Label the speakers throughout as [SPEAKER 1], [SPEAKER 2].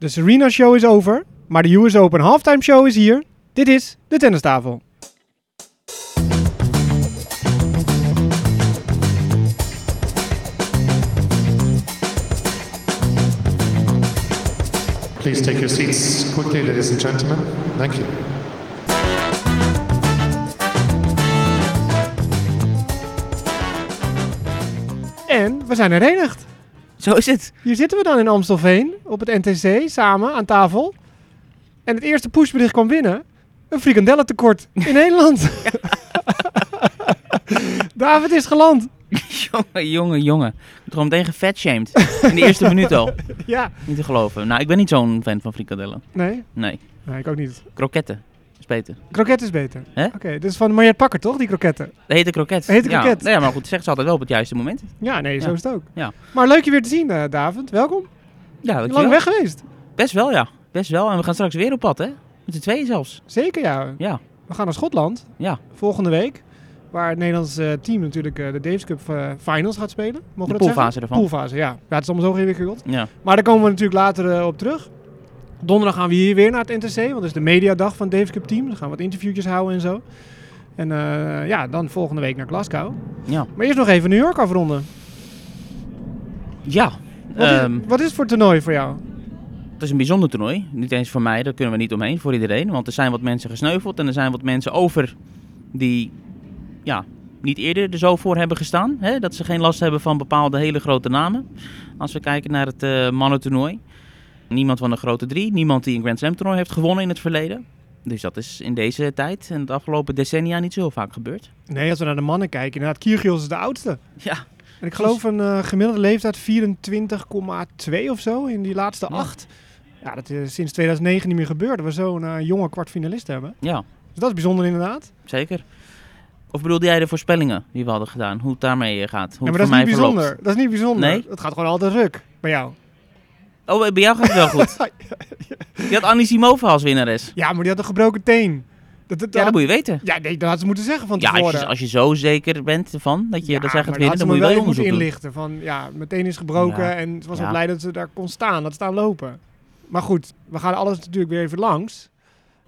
[SPEAKER 1] De Serena Show is over, maar de US Open Halftime Show is hier. Dit is de tennistafel.
[SPEAKER 2] Please take your seats quickly, ladies and gentlemen. Thank you.
[SPEAKER 1] En we zijn herenigd.
[SPEAKER 3] Zo is het.
[SPEAKER 1] Hier zitten we dan in Amstelveen op het NTC samen aan tafel. En het eerste pushbericht kwam binnen. Een frikandellentekort in Nederland. David is geland.
[SPEAKER 3] jongen, jongen, jongen. Ik word gewoon meteen gevetshamed. In de eerste minuut al.
[SPEAKER 1] Ja,
[SPEAKER 3] Niet te geloven. Nou, ik ben niet zo'n fan van frikadellen.
[SPEAKER 1] nee.
[SPEAKER 3] Nee.
[SPEAKER 1] Nee, ik ook niet.
[SPEAKER 3] Kroketten. Is beter.
[SPEAKER 1] Kroket is beter.
[SPEAKER 3] Hè?
[SPEAKER 1] Oké, dit is van Mariette Pakker toch, die kroketten?
[SPEAKER 3] De hete kroket.
[SPEAKER 1] De hete
[SPEAKER 3] ja.
[SPEAKER 1] kroket.
[SPEAKER 3] Nou Ja, maar goed, zeg ze altijd wel op het juiste moment.
[SPEAKER 1] Ja, nee, zo
[SPEAKER 3] Ja.
[SPEAKER 1] is het ook.
[SPEAKER 3] Ja.
[SPEAKER 1] Maar leuk je weer te zien, eh, David. Welkom.
[SPEAKER 3] Ja, dankjewel.
[SPEAKER 1] Lang weg geweest.
[SPEAKER 3] Best wel, ja. Best wel. En we gaan straks weer op pad, hè? Met de tweeën zelfs.
[SPEAKER 1] Zeker, ja.
[SPEAKER 3] Ja.
[SPEAKER 1] We gaan naar Schotland.
[SPEAKER 3] Ja.
[SPEAKER 1] Volgende week. Waar het Nederlands eh, team natuurlijk eh, de Davis Cup eh, Finals gaat spelen. Mogen we dat
[SPEAKER 3] De
[SPEAKER 1] zeggen?
[SPEAKER 3] poolfase ervan.
[SPEAKER 1] Poolfase, ja. ja. Het is allemaal zo ingewikkeld.
[SPEAKER 3] Ja.
[SPEAKER 1] Maar daar komen we natuurlijk later eh, op terug. Donderdag gaan we hier weer naar het NTC, want dat is de mediadag van het Davis Cup Team. Dan gaan we wat interviewtjes houden en zo. En eh, ja, dan volgende week naar Glasgow.
[SPEAKER 3] Ja.
[SPEAKER 1] Maar eerst nog even New York afronden.
[SPEAKER 3] Ja.
[SPEAKER 1] Wat,
[SPEAKER 3] Ehm,
[SPEAKER 1] is, wat is het voor toernooi voor jou?
[SPEAKER 3] Het is een bijzonder toernooi. Niet eens voor mij, daar kunnen we niet omheen, voor iedereen. Want er zijn wat mensen gesneuveld en er zijn wat mensen over die ja, niet eerder er zo voor hebben gestaan. Hè? Dat ze geen last hebben van bepaalde hele grote namen. Als we kijken naar het eh mannentoernooi. Niemand van de grote drie, niemand die een Grand Slam toernooi heeft gewonnen in het verleden. Dus dat is in deze tijd en de afgelopen decennia niet zo heel vaak gebeurd.
[SPEAKER 1] Nee, als we naar de mannen kijken, inderdaad, Kyrgios is de oudste.
[SPEAKER 3] Ja,
[SPEAKER 1] En ik geloof een eh, gemiddelde leeftijd 24,2 of zo in die laatste
[SPEAKER 3] Ja.
[SPEAKER 1] acht. Ja, dat is sinds 2009 niet meer gebeurd. Dat we zo'n eh, jonge kwartfinalist hebben.
[SPEAKER 3] ja
[SPEAKER 1] Dus dat is bijzonder inderdaad.
[SPEAKER 3] zeker. Of bedoelde jij de voorspellingen die we hadden gedaan? Hoe het daarmee eh, gaat? Hoe
[SPEAKER 1] Ja, maar
[SPEAKER 3] het
[SPEAKER 1] dat is niet
[SPEAKER 3] voor mij verloopt?
[SPEAKER 1] bijzonder. Dat is niet bijzonder.
[SPEAKER 3] Nee?
[SPEAKER 1] Het gaat gewoon altijd ruk bij jou.
[SPEAKER 3] Oh, bij jou gaat het wel goed. Je had Annie Simova als winnares.
[SPEAKER 1] Ja, maar die had een gebroken teen. Dat, dat,
[SPEAKER 3] Ja, dat
[SPEAKER 1] had-
[SPEAKER 3] moet je weten.
[SPEAKER 1] ja, nee, dat had ze moeten zeggen van
[SPEAKER 3] Ja,
[SPEAKER 1] tevoren.
[SPEAKER 3] als je, als je zo zeker bent ervan dat je
[SPEAKER 1] Ja,
[SPEAKER 3] dat zij
[SPEAKER 1] maar
[SPEAKER 3] gaat
[SPEAKER 1] had
[SPEAKER 3] winnen,
[SPEAKER 1] ze
[SPEAKER 3] dan moet
[SPEAKER 1] me
[SPEAKER 3] je wel
[SPEAKER 1] even
[SPEAKER 3] onderzoek doen.
[SPEAKER 1] inlichten van ja, meteen is gebroken
[SPEAKER 3] Ja.
[SPEAKER 1] en ze was
[SPEAKER 3] Ja.
[SPEAKER 1] wel blij dat ze daar kon staan, dat staan lopen. Maar goed, we gaan alles natuurlijk weer even langs.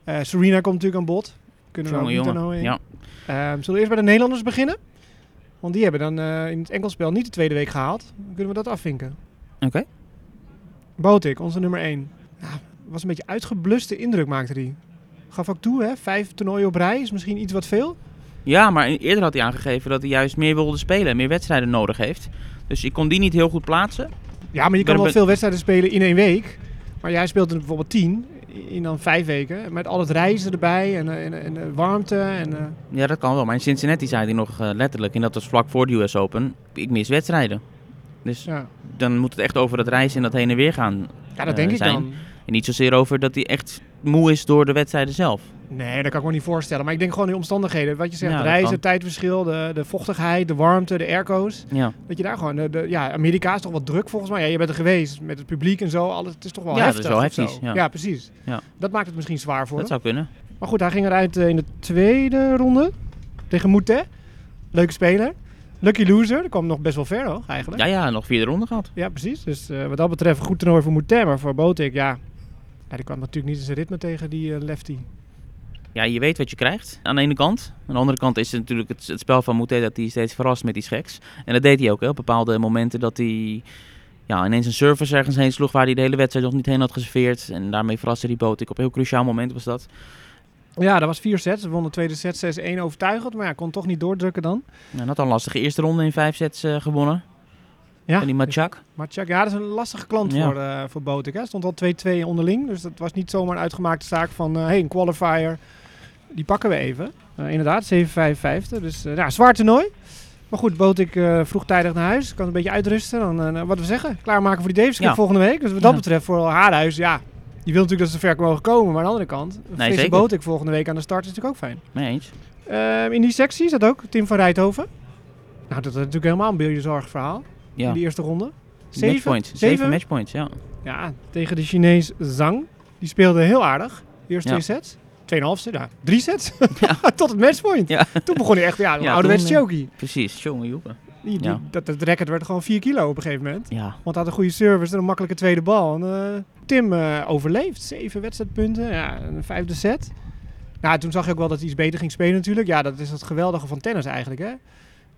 [SPEAKER 1] Eh, Serena komt natuurlijk aan bod. Kunnen we ook
[SPEAKER 3] Jongen,
[SPEAKER 1] niet aan
[SPEAKER 3] jongen.
[SPEAKER 1] houden.
[SPEAKER 3] Ja.
[SPEAKER 1] Ehm, zullen we eerst bij de Nederlanders beginnen? Want die hebben dan eh, in het enkelspel niet de tweede week gehaald. Dan kunnen we dat afvinken.
[SPEAKER 3] Oké.
[SPEAKER 1] Botik, onze nummer 1. Ja, was een beetje uitgebluste indruk maakte die. Gaf ook toe, hè? Vijf toernooien op rij is misschien iets wat veel.
[SPEAKER 3] Ja, maar eerder had hij aangegeven dat hij juist meer wilde spelen en meer wedstrijden nodig heeft. Dus ik kon die niet heel goed plaatsen.
[SPEAKER 1] Ja, maar je
[SPEAKER 3] ben
[SPEAKER 1] kan wel
[SPEAKER 3] een-
[SPEAKER 1] veel wedstrijden spelen in één week. Maar jij speelt er bijvoorbeeld tien in dan vijf weken. Met al het reizen erbij en, eh, en, eh, en de warmte. En, eh,
[SPEAKER 3] Ja, dat kan wel. Maar in Cincinnati zei hij nog eh, letterlijk, en dat was vlak voor de US Open, ik mis wedstrijden. Dus
[SPEAKER 1] ja.
[SPEAKER 3] dan moet het echt over dat reizen en dat heen en weer gaan.
[SPEAKER 1] ja, dat
[SPEAKER 3] Eh,
[SPEAKER 1] denk ik
[SPEAKER 3] zijn.
[SPEAKER 1] dan.
[SPEAKER 3] En niet zozeer over dat hij echt moe is door de wedstrijden zelf.
[SPEAKER 1] Nee, dat kan ik me niet voorstellen. Maar ik denk gewoon in omstandigheden. Wat je zegt,
[SPEAKER 3] Ja, Nou, dat
[SPEAKER 1] reizen,
[SPEAKER 3] kan.
[SPEAKER 1] tijdverschil, de, de vochtigheid, de warmte, de airco's.
[SPEAKER 3] Ja.
[SPEAKER 1] Dat je daar gewoon... eh, De, de- ja, Amerika is toch wat druk volgens mij. Ja, je bent er geweest met het publiek en zo. Alles, het is toch wel
[SPEAKER 3] Ja, dat is
[SPEAKER 1] heftig.
[SPEAKER 3] wel
[SPEAKER 1] of zo.
[SPEAKER 3] heftig, ja.
[SPEAKER 1] precies.
[SPEAKER 3] Ja.
[SPEAKER 1] Dat maakt het misschien zwaar voor
[SPEAKER 3] Dat
[SPEAKER 1] hem.
[SPEAKER 3] zou kunnen.
[SPEAKER 1] Maar goed, hij ging eruit eh, in de tweede ronde tegen Moutet. Leuke speler. Lucky loser. Dat kwam nog best wel ver nog eigenlijk.
[SPEAKER 3] Ja, ja, nog vierde ronde gehad.
[SPEAKER 1] Ja, precies. Dus eh, wat dat betreft een goed toernooi voor Moutet. Maar voor Botik, ja. ja. Die kwam natuurlijk niet in zijn ritme tegen die eh, lefty.
[SPEAKER 3] Ja, je weet wat je krijgt aan de ene kant. Aan de andere kant is het natuurlijk het, het spel van Moutet dat hij steeds verrast met die scheks. En dat deed hij ook hè, op bepaalde momenten dat hij ja, ineens een service ergens heen sloeg waar hij de hele wedstrijd nog niet heen had geserveerd. En daarmee verraste hij Botik. Op een heel cruciaal moment was dat.
[SPEAKER 1] Ja, dat was vier sets. Ze won de tweede set 6-1 overtuigend. Maar ja, kon toch niet doordrukken dan.
[SPEAKER 3] En had al een lastige eerste ronde in vijf sets eh, gewonnen.
[SPEAKER 1] Ja,
[SPEAKER 3] En die Machak.
[SPEAKER 1] maar Chuck, ja, dat is een lastige klant
[SPEAKER 3] Ja.
[SPEAKER 1] voor, eh voor Botik. Hè. Stond al 2-2 onderling. Dus dat was niet zomaar een uitgemaakte zaak van... Hé, hey, een qualifier. Die pakken we even. Eh, inderdaad, 7-5 vijfde. Dus eh, ja, zwaar toernooi. Maar goed, Botik eh vroegtijdig naar huis. Kan een beetje uitrusten. Dan, eh, wat we zeggen, klaarmaken voor die Davis Cup
[SPEAKER 3] Ja.
[SPEAKER 1] volgende week. Dus wat dat
[SPEAKER 3] Ja.
[SPEAKER 1] betreft, voor haar huis, ja... Je wilt natuurlijk dat ze ver mogen komen. Maar aan de andere kant, een
[SPEAKER 3] Nee,
[SPEAKER 1] frisse
[SPEAKER 3] zeker.
[SPEAKER 1] Botik volgende week aan de start is natuurlijk ook fijn.
[SPEAKER 3] Mee eens.
[SPEAKER 1] Ehm, in die sectie zat ook Tim van Rijthoven. Nou, dat is natuurlijk helemaal een beeldjezorg verhaal.
[SPEAKER 3] Ja.
[SPEAKER 1] In die eerste ronde.
[SPEAKER 3] Matchpoints.
[SPEAKER 1] Zeven?
[SPEAKER 3] Zeven matchpoints, ja.
[SPEAKER 1] Ja, tegen de Chinees Zhang. Die speelde heel aardig. Eerst
[SPEAKER 3] Ja.
[SPEAKER 1] twee sets. Tweeënhalf set. Ja, drie sets. Tot het matchpoint.
[SPEAKER 3] Ja.
[SPEAKER 1] Toen begon hij echt, ja, een
[SPEAKER 3] Ja,
[SPEAKER 1] ouderwets
[SPEAKER 3] toen, eh,
[SPEAKER 1] choky.
[SPEAKER 3] Precies. Jongen, jongen.
[SPEAKER 1] Die, die-
[SPEAKER 3] Ja.
[SPEAKER 1] dat, dat record werd gewoon 4 kilo op een gegeven moment.
[SPEAKER 3] Ja,
[SPEAKER 1] Want hij had een goede service en een makkelijke tweede bal. En, eh, Tim eh, overleeft. Zeven wedstrijdpunten. Ja, een vijfde set. Nou, toen zag je ook wel dat hij iets beter ging spelen natuurlijk. Ja, dat is het geweldige van tennis eigenlijk, hè.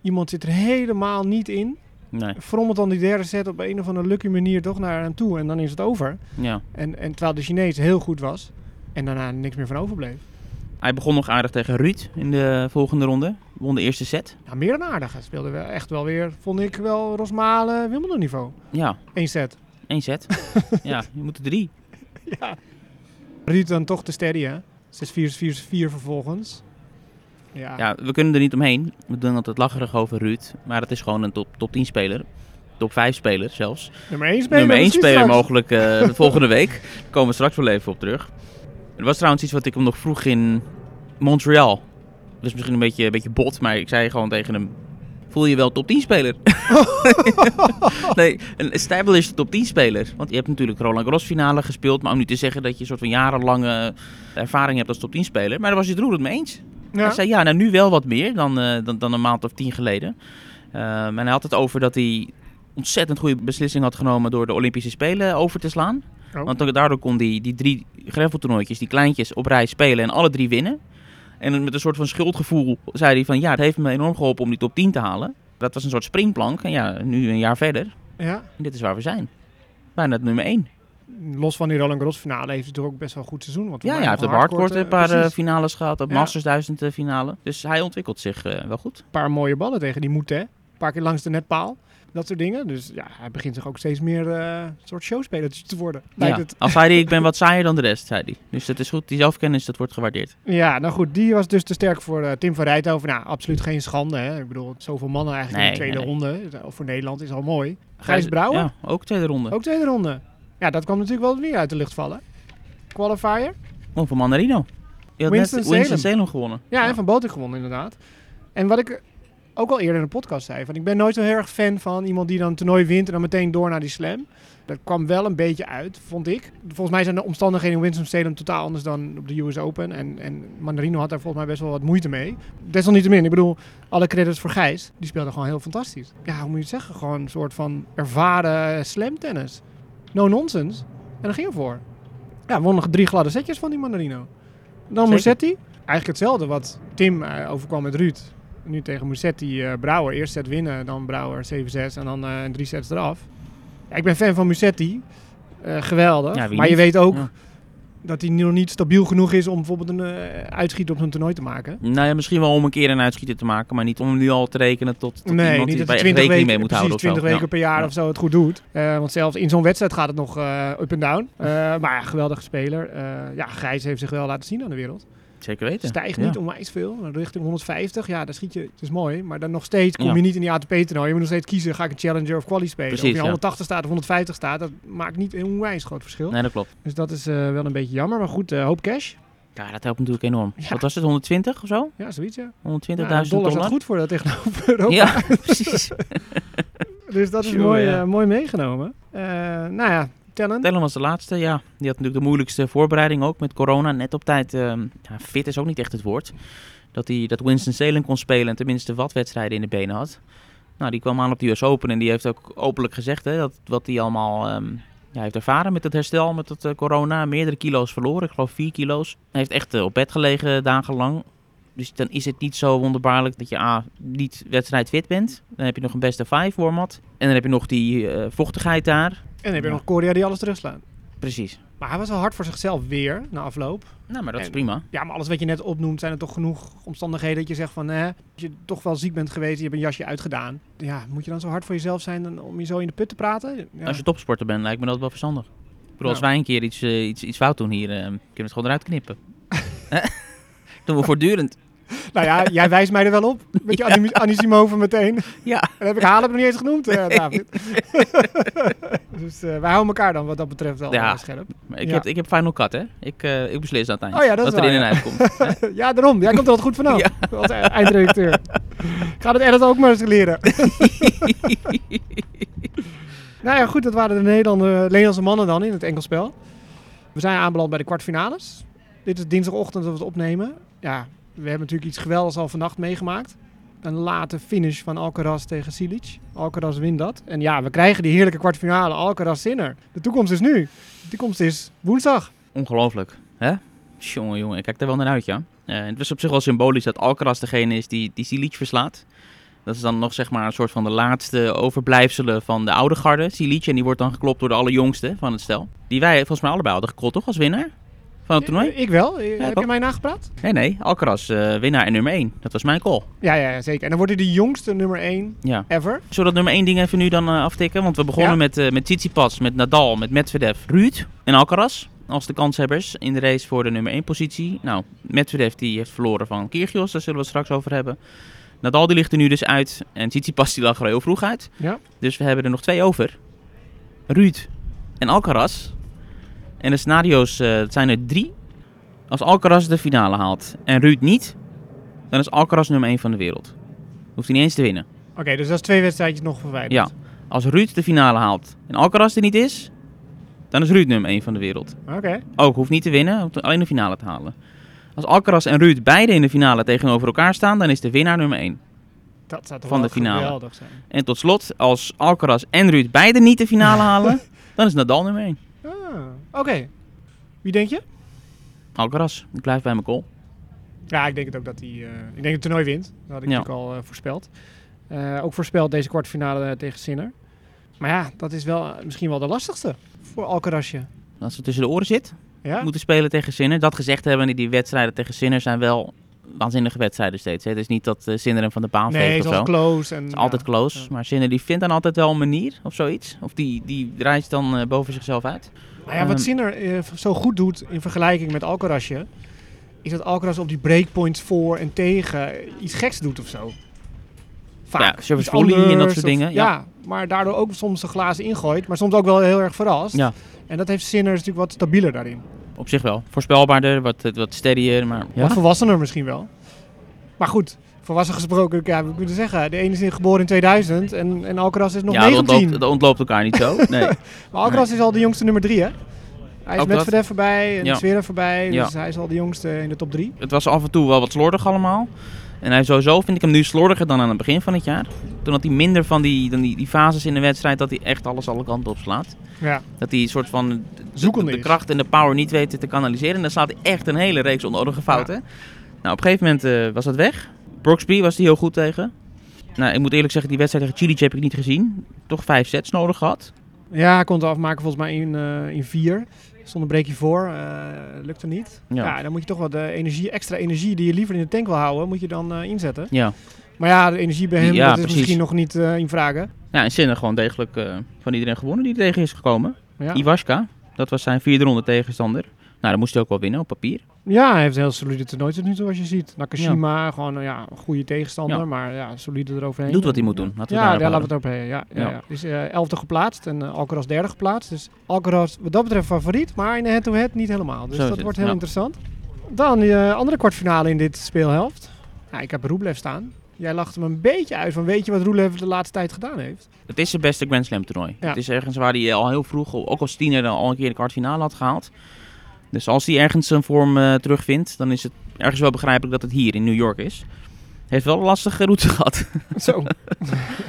[SPEAKER 1] Iemand zit er helemaal niet in.
[SPEAKER 3] nee.
[SPEAKER 1] Frommelt dan die derde set op een of andere lucky manier toch naar hem toe. En dan is het over.
[SPEAKER 3] Ja.
[SPEAKER 1] En, en terwijl de Chinees heel goed was. En daarna niks meer van overbleef.
[SPEAKER 3] Hij begon nog aardig tegen Ruud in de volgende ronde. Won de eerste set.
[SPEAKER 1] Nou, meer dan aardig. Hij speelde wel echt wel weer, vond ik wel, Rosmalen, Wimbledon niveau.
[SPEAKER 3] Ja,
[SPEAKER 1] Eén set.
[SPEAKER 3] één set. ja, je moet er drie.
[SPEAKER 1] Ja. Ruud dan toch te steady, hè? 6-4, 4-4 vervolgens. Ja.
[SPEAKER 3] Ja, we kunnen er niet omheen. We doen altijd lacherig over Ruud. Maar het is gewoon een top, top 10 speler. Top 5 speler zelfs.
[SPEAKER 1] Nummer 1 speler.
[SPEAKER 3] nummer 1
[SPEAKER 1] precies
[SPEAKER 3] speler
[SPEAKER 1] straks.
[SPEAKER 3] mogelijk eh, de volgende week. Daar komen we straks wel even op terug. Er was trouwens iets wat ik hem nog vroeg in Montreal. Dat is misschien een beetje, een beetje bot, maar ik zei gewoon tegen hem... Voel je wel top 10 speler? nee, een established top 10 speler. Want je hebt natuurlijk Roland Garros finale gespeeld. Maar om nu te zeggen dat je een soort van jarenlange ervaring hebt als top 10 speler. Maar daar was je het roerend mee eens. Hij
[SPEAKER 1] Ja.
[SPEAKER 3] zei, ja, nou nu wel wat meer dan, eh, dan, dan een maand of tien geleden. Ehm, en hij had het over dat hij ontzettend goede beslissing had genomen door de Olympische Spelen over te slaan.
[SPEAKER 1] Oh.
[SPEAKER 3] Want dan- daardoor kon hij die drie greffeltoernooitjes, die kleintjes, op rij spelen en alle drie winnen. En met een soort van schuldgevoel zei hij van, ja, het heeft me enorm geholpen om die top 10 te halen. Dat was een soort springplank. En ja, nu een jaar verder,
[SPEAKER 1] ja.
[SPEAKER 3] en dit is waar we zijn. Bijna het nummer 1.
[SPEAKER 1] Los van die Roland Garros finale heeft hij toch ook best wel een goed seizoen. Want
[SPEAKER 3] Ja, ja, hij heeft op hardcourt een paar eh, finales gehad, op
[SPEAKER 1] Ja.
[SPEAKER 3] Masters 1000 eh, finale. Dus hij ontwikkelt zich eh, wel goed.
[SPEAKER 1] een paar mooie ballen tegen die moeten, hè? Een paar keer langs de netpaal. Dat soort dingen. Dus ja, hij begint zich ook steeds meer eh, een soort showspeler te worden. Lijkt
[SPEAKER 3] ja.
[SPEAKER 1] het.
[SPEAKER 3] Al zei hij, ik ben wat saaier dan de rest, zei hij. Dus dat is goed, die zelfkennis, dat wordt gewaardeerd.
[SPEAKER 1] Ja, nou goed. Die was dus te sterk voor eh, Tim van Rijthoven. Nou, absoluut geen schande, hè? Ik bedoel, zoveel mannen eigenlijk in de
[SPEAKER 3] Nee,
[SPEAKER 1] tweede ronde. eh, Voor Nederland is al mooi. Gijs
[SPEAKER 3] Gijs-
[SPEAKER 1] Brouwer?
[SPEAKER 3] Ja, ook tweede ronde.
[SPEAKER 1] Ook tweede ronde. Ja, dat kwam natuurlijk wel weer uit de lucht vallen. Qualifier.
[SPEAKER 3] Oh, van Manarino. Je had
[SPEAKER 1] Winston
[SPEAKER 3] net Winston
[SPEAKER 1] Salem.
[SPEAKER 3] Salem gewonnen.
[SPEAKER 1] Ja, en van Botik gewonnen inderdaad. En wat ik ook al eerder in de podcast zei, van ik ben nooit zo heel erg fan van iemand die dan een toernooi wint en dan meteen door naar die slam. Dat kwam wel een beetje uit, vond ik. Volgens mij zijn de omstandigheden in Winston-Salem totaal anders dan op de US Open. En, en Mandarino had daar volgens mij best wel wat moeite mee. Desalniettemin, ik bedoel, alle credits voor Gijs. Die speelde gewoon heel fantastisch. Ja, hoe moet je het zeggen? Gewoon een soort van ervaren slam tennis. No nonsense. En daar ging hij voor. Ja, won nog drie gladde setjes van die Mandarino. Dan
[SPEAKER 3] Zeker.
[SPEAKER 1] Musetti. Eigenlijk hetzelfde wat Tim eh, overkwam met Ruud. Nu tegen Musetti, eh Brouwer. Eerst set winnen, dan Brouwer 7-6 en dan eh, drie sets eraf. Ja, ik ben fan van Musetti. Eh, geweldig.
[SPEAKER 3] Ja, wie
[SPEAKER 1] maar je
[SPEAKER 3] niet?
[SPEAKER 1] weet ook
[SPEAKER 3] Ja.
[SPEAKER 1] dat hij nog niet stabiel genoeg is om bijvoorbeeld een eh uitschieter op zo'n toernooi te maken.
[SPEAKER 3] Nou ja, misschien wel om een keer een uitschieter te maken, maar niet om hem nu al te rekenen tot, tot
[SPEAKER 1] nee,
[SPEAKER 3] iemand
[SPEAKER 1] niet dat
[SPEAKER 3] die waar
[SPEAKER 1] hij
[SPEAKER 3] je echt
[SPEAKER 1] 20 weken,
[SPEAKER 3] rekening mee moet
[SPEAKER 1] precies,
[SPEAKER 3] houden. of zo.
[SPEAKER 1] 20 weken
[SPEAKER 3] Ja.
[SPEAKER 1] per jaar
[SPEAKER 3] Ja.
[SPEAKER 1] of zo het goed doet. Eh, want zelfs in zo'n wedstrijd gaat het nog eh, up en down. Eh, maar ja, geweldige speler. Eh, ja, Gijs heeft zich wel laten zien aan de wereld.
[SPEAKER 3] Zeker weten.
[SPEAKER 1] Stijgt
[SPEAKER 3] Ja.
[SPEAKER 1] niet onwijs veel, maar richting 150. Ja, daar schiet je, het is mooi. Maar dan nog steeds kom
[SPEAKER 3] Ja.
[SPEAKER 1] je niet in die ATP-toernooi. Je moet nog steeds kiezen, ga ik een challenger of quali spelen?
[SPEAKER 3] Precies,
[SPEAKER 1] of je
[SPEAKER 3] ja.
[SPEAKER 1] 180 staat of 150 staat, dat maakt niet een onwijs groot verschil.
[SPEAKER 3] Nee, dat klopt.
[SPEAKER 1] Dus dat is eh, wel een beetje jammer. Maar goed, eh, hoop cash.
[SPEAKER 3] Ja, dat helpt natuurlijk enorm.
[SPEAKER 1] Ja.
[SPEAKER 3] Wat was het, 120 of zo? 120.000
[SPEAKER 1] Ja, zoiets ja. Ja,
[SPEAKER 3] dollar?
[SPEAKER 1] dollar staat goed voor dat tegenover Europa.
[SPEAKER 3] Ja, precies.
[SPEAKER 1] Dus dat is
[SPEAKER 3] Tjoe,
[SPEAKER 1] mooi,
[SPEAKER 3] ja.
[SPEAKER 1] eh, mooi meegenomen. Eh, nou ja, talent.
[SPEAKER 3] Tellen was de laatste, ja. Die had natuurlijk de moeilijkste voorbereiding ook met corona. Net op tijd, ehm, ja, fit is ook niet echt het woord. Dat, hij, dat Winston-Salem kon spelen en tenminste wat wedstrijden in de benen had. Nou, die kwam aan op de US Open en die heeft ook openlijk gezegd hè, dat, wat hij allemaal ehm, ja, heeft ervaren met het herstel, met het eh, corona. Meerdere kilo's verloren, ik geloof vier kilo's. Hij heeft echt eh, op bed gelegen dagenlang. Dus dan is het niet zo wonderbaarlijk dat je A, niet wedstrijdfit bent. Dan heb je nog een beste five format. En dan heb je nog die eh, vochtigheid daar.
[SPEAKER 1] En dan heb je
[SPEAKER 3] Ja.
[SPEAKER 1] nog Korea die alles terugslaat.
[SPEAKER 3] Precies.
[SPEAKER 1] Maar hij was wel hard voor zichzelf weer na afloop.
[SPEAKER 3] Nou, maar dat
[SPEAKER 1] En-
[SPEAKER 3] is prima.
[SPEAKER 1] Ja, maar alles wat je net opnoemt zijn er toch genoeg omstandigheden dat je zegt van... Hè, als je toch wel ziek bent geweest, je hebt een jasje uitgedaan. Ja, moet je dan zo hard voor jezelf zijn dan om je zo in de put te praten? Ja.
[SPEAKER 3] Als je topsporter bent, lijkt me dat wel verstandig. Ik bedoel, als
[SPEAKER 1] Nou.
[SPEAKER 3] wij een keer iets, eh, iets, iets fout doen hier, eh, kunnen we het gewoon eruit knippen. Hè? doen we voortdurend.
[SPEAKER 1] Nou ja, jij wijst mij er wel op. Met je anim- anissimoven meteen. En
[SPEAKER 3] Ja.
[SPEAKER 1] dan heb ik Halen nog niet eens genoemd, eh, David. dus eh, wij houden elkaar dan wat dat betreft wel
[SPEAKER 3] Ja.
[SPEAKER 1] eh, scherp.
[SPEAKER 3] Maar ik,
[SPEAKER 1] Ja.
[SPEAKER 3] heb, ik heb final cut, hè. Ik, eh, ik beslis aan het eind.
[SPEAKER 1] Oh ja, dat is
[SPEAKER 3] er
[SPEAKER 1] waar,
[SPEAKER 3] in en uit komt.
[SPEAKER 1] Ja, daarom. Jij komt er altijd goed vanaf. Als e- eindredacteur. Ik ga dat edit ook maar eens leren. nou ja, goed. Dat waren de Nederlander- Nederlandse mannen dan in het enkelspel. We zijn aanbeland bij de kwartfinales. Dit is dinsdagochtend dat we het opnemen. Ja, we hebben natuurlijk iets geweldigs al vannacht meegemaakt. een late finish van Alcaraz tegen Silic. Alcaraz wint dat. En ja, we krijgen die heerlijke kwartfinale Alcaraz-Sinner. De toekomst is nu. De toekomst is woensdag.
[SPEAKER 3] Ongelooflijk, hè? Jongen, jongen, ik kijk er wel naar uit, ja. Eh, het was op zich wel symbolisch dat Alcaraz degene is die, die Silic verslaat. Dat is dan nog zeg maar een soort van de laatste overblijfselen van de oude garde, Silic. En die wordt dan geklopt door de allerjongste van het stel. Die wij volgens mij allebei hadden geklopt, toch? Als winnaar van het toernooi?
[SPEAKER 1] Ik, ik wel. Eh, Heb
[SPEAKER 3] toch?
[SPEAKER 1] je mij nagepraat?
[SPEAKER 3] Nee, nee. Alcaraz, eh, winnaar en nummer 1. Dat was mijn call.
[SPEAKER 1] Ja, ja, ja, zeker. En dan wordt hij de jongste nummer 1
[SPEAKER 3] Ja.
[SPEAKER 1] ever.
[SPEAKER 3] Zullen we dat nummer 1 ding even nu dan eh, aftikken? Want we begonnen
[SPEAKER 1] Ja.
[SPEAKER 3] met, eh met Tsitsipas, met Nadal, met Medvedev, Ruud en Alcaraz. Als de kanshebbers in de race voor de nummer 1 positie. Nou, Medvedev die heeft verloren van Kyrgios, daar zullen we het straks over hebben. Nadal die ligt er nu dus uit en Tsitsipas die lag er heel vroeg uit.
[SPEAKER 1] Ja.
[SPEAKER 3] Dus we hebben er nog twee over. Ruud en Alcaraz. En de scenario's eh, het zijn er drie. Als Alcaraz de finale haalt en Ruud niet, dan is Alcaraz nummer 1 van de wereld. Hoeft hij niet eens te winnen.
[SPEAKER 1] Oké, dus dat is twee wedstrijdjes nog verwijderd.
[SPEAKER 3] Ja, als Ruud de finale haalt en Alcaraz er niet is, dan is Ruud nummer 1 van de wereld.
[SPEAKER 1] Oké.
[SPEAKER 3] Ook hoeft niet te winnen, hoeft alleen de finale te halen. Als Alcaraz en Ruud beide in de finale tegenover elkaar staan, dan is de winnaar nummer 1.
[SPEAKER 1] Dat zou toch
[SPEAKER 3] Van
[SPEAKER 1] wel
[SPEAKER 3] de finale.
[SPEAKER 1] geweldig zijn.
[SPEAKER 3] En tot slot, als Alcaraz en Ruud beide niet de finale halen, dan is Nadal nummer 1.
[SPEAKER 1] Ah, Oké. Wie denk je?
[SPEAKER 3] Alcaraz, ik blijf bij mijn call.
[SPEAKER 1] Ja, ik denk het ook dat hij. eh, ik denk dat het toernooi wint. Dat had ik
[SPEAKER 3] Ja.
[SPEAKER 1] natuurlijk al eh, voorspeld. Eh, ook voorspeld deze kwartfinale eh, tegen Sinner. Maar ja, dat is wel eh, misschien wel de lastigste voor Alcarazje.
[SPEAKER 3] Als het tussen de oren zit,
[SPEAKER 1] Ja?
[SPEAKER 3] moeten spelen tegen Sinner. Dat gezegd hebben, die wedstrijden tegen Sinner zijn wel waanzinnige wedstrijden steeds. hè. Het is niet dat eh, Sinner hem van de baan veegt
[SPEAKER 1] nee,
[SPEAKER 3] of zo.
[SPEAKER 1] zoals close en.
[SPEAKER 3] Het is altijd
[SPEAKER 1] ja.
[SPEAKER 3] close,
[SPEAKER 1] Ja.
[SPEAKER 3] maar Sinner die vindt dan altijd wel een manier of zoiets. Of die, die reist dan eh, boven zichzelf uit.
[SPEAKER 1] Nou ja, wat
[SPEAKER 3] Ehm.
[SPEAKER 1] Sinner eh, zo goed doet in vergelijking met Alcarazje, is dat Alcaraz op die breakpoints voor en tegen iets geks doet of zo. Vaak.
[SPEAKER 3] Ja, service
[SPEAKER 1] Iets
[SPEAKER 3] volley en dat
[SPEAKER 1] anders
[SPEAKER 3] soort dingen, ja.
[SPEAKER 1] Ja. maar daardoor ook soms de glazen ingooit, maar soms ook wel heel erg verrast.
[SPEAKER 3] Ja.
[SPEAKER 1] En dat heeft Sinner natuurlijk wat stabieler daarin.
[SPEAKER 3] Op zich wel. Voorspelbaarder, wat, eh, wat steadier, maar ja.
[SPEAKER 1] Wat volwassener misschien wel. Maar goed, volwassen gesproken, ja, we kunnen zeggen, de ene is geboren in 2000 en, en Alcaraz is nog
[SPEAKER 3] ja, dat
[SPEAKER 1] 19.
[SPEAKER 3] ontloopt, dat ontloopt elkaar niet zo. Nee.
[SPEAKER 1] Maar Alcaraz is al de jongste nummer 3, hè? Hij is
[SPEAKER 3] Ook
[SPEAKER 1] met
[SPEAKER 3] dat.
[SPEAKER 1] Medvedev voorbij en
[SPEAKER 3] Ja.
[SPEAKER 1] Zverev voorbij,
[SPEAKER 3] Ja.
[SPEAKER 1] dus hij is al de jongste in de top 3.
[SPEAKER 3] het was af en toe wel wat slordig allemaal. En hij sowieso vind ik hem nu slordiger dan aan het begin van het jaar. Toen had hij minder van die, dan die, die fases in de wedstrijd dat hij echt alles alle kanten op slaat.
[SPEAKER 1] Ja.
[SPEAKER 3] Dat hij een soort van de- de,
[SPEAKER 1] Zoekende
[SPEAKER 3] de
[SPEAKER 1] is.
[SPEAKER 3] kracht en de power niet weet te kanaliseren. En dan slaat hij echt een hele reeks onnodige fouten. Nou, op een gegeven moment eh, was dat weg. Brooksby was hij heel goed tegen. Nou, ik moet eerlijk zeggen, die wedstrijd tegen Chili heb ik niet gezien. Toch vijf sets nodig gehad.
[SPEAKER 1] Ja, hij kon het afmaken volgens mij in, eh in vier. Stond een breakje voor, eh, lukte niet.
[SPEAKER 3] Ja.
[SPEAKER 1] Ja. dan moet je toch wat de energie, extra energie die je liever in de tank wil houden, moet je dan eh, inzetten.
[SPEAKER 3] Ja.
[SPEAKER 1] Maar ja, de energie bij hem
[SPEAKER 3] Ja,
[SPEAKER 1] dat is
[SPEAKER 3] precies.
[SPEAKER 1] misschien nog niet eh, in vragen.
[SPEAKER 3] ja, en Sinner gewoon degelijk eh, van iedereen gewonnen die er tegen is gekomen.
[SPEAKER 1] Ja.
[SPEAKER 3] Iwaska, dat was zijn vierde ronde tegenstander. Nou, dan moest hij ook wel winnen op papier.
[SPEAKER 1] Ja, hij heeft een heel solide toernooi tot nu toe, als je ziet. Nakashima, gewoon eh, ja, een goede tegenstander,
[SPEAKER 3] Ja.
[SPEAKER 1] maar ja, solide eroverheen.
[SPEAKER 3] Doet wat hij moet doen. Laten
[SPEAKER 1] ja,
[SPEAKER 3] we daarop
[SPEAKER 1] daar laten we
[SPEAKER 3] houden.
[SPEAKER 1] het op heen. Ja, ja,
[SPEAKER 3] Ja.
[SPEAKER 1] ja. Dus eh, elfde geplaatst en eh, Alcaraz derde geplaatst. Dus Alcaraz wat dat betreft favoriet, maar in de head-to-head niet helemaal. Dus
[SPEAKER 3] Zo is
[SPEAKER 1] dat
[SPEAKER 3] het,
[SPEAKER 1] wordt heel
[SPEAKER 3] ja.
[SPEAKER 1] interessant. Dan de andere kwartfinale in dit speelhelft. Nou, ik heb Rublev staan. Jij lacht hem een beetje uit van weet je wat Rublev de laatste tijd gedaan heeft?
[SPEAKER 3] Het is zijn beste Grand Slam toernooi.
[SPEAKER 1] Ja.
[SPEAKER 3] Het is ergens waar hij eh, al heel vroeg, ook als tiener, al een keer de kwartfinale had gehaald. Dus als hij ergens zijn vorm eh, terugvindt, dan is het ergens wel begrijpelijk dat het hier in New York is. Heeft wel een lastige route gehad.
[SPEAKER 1] Zo.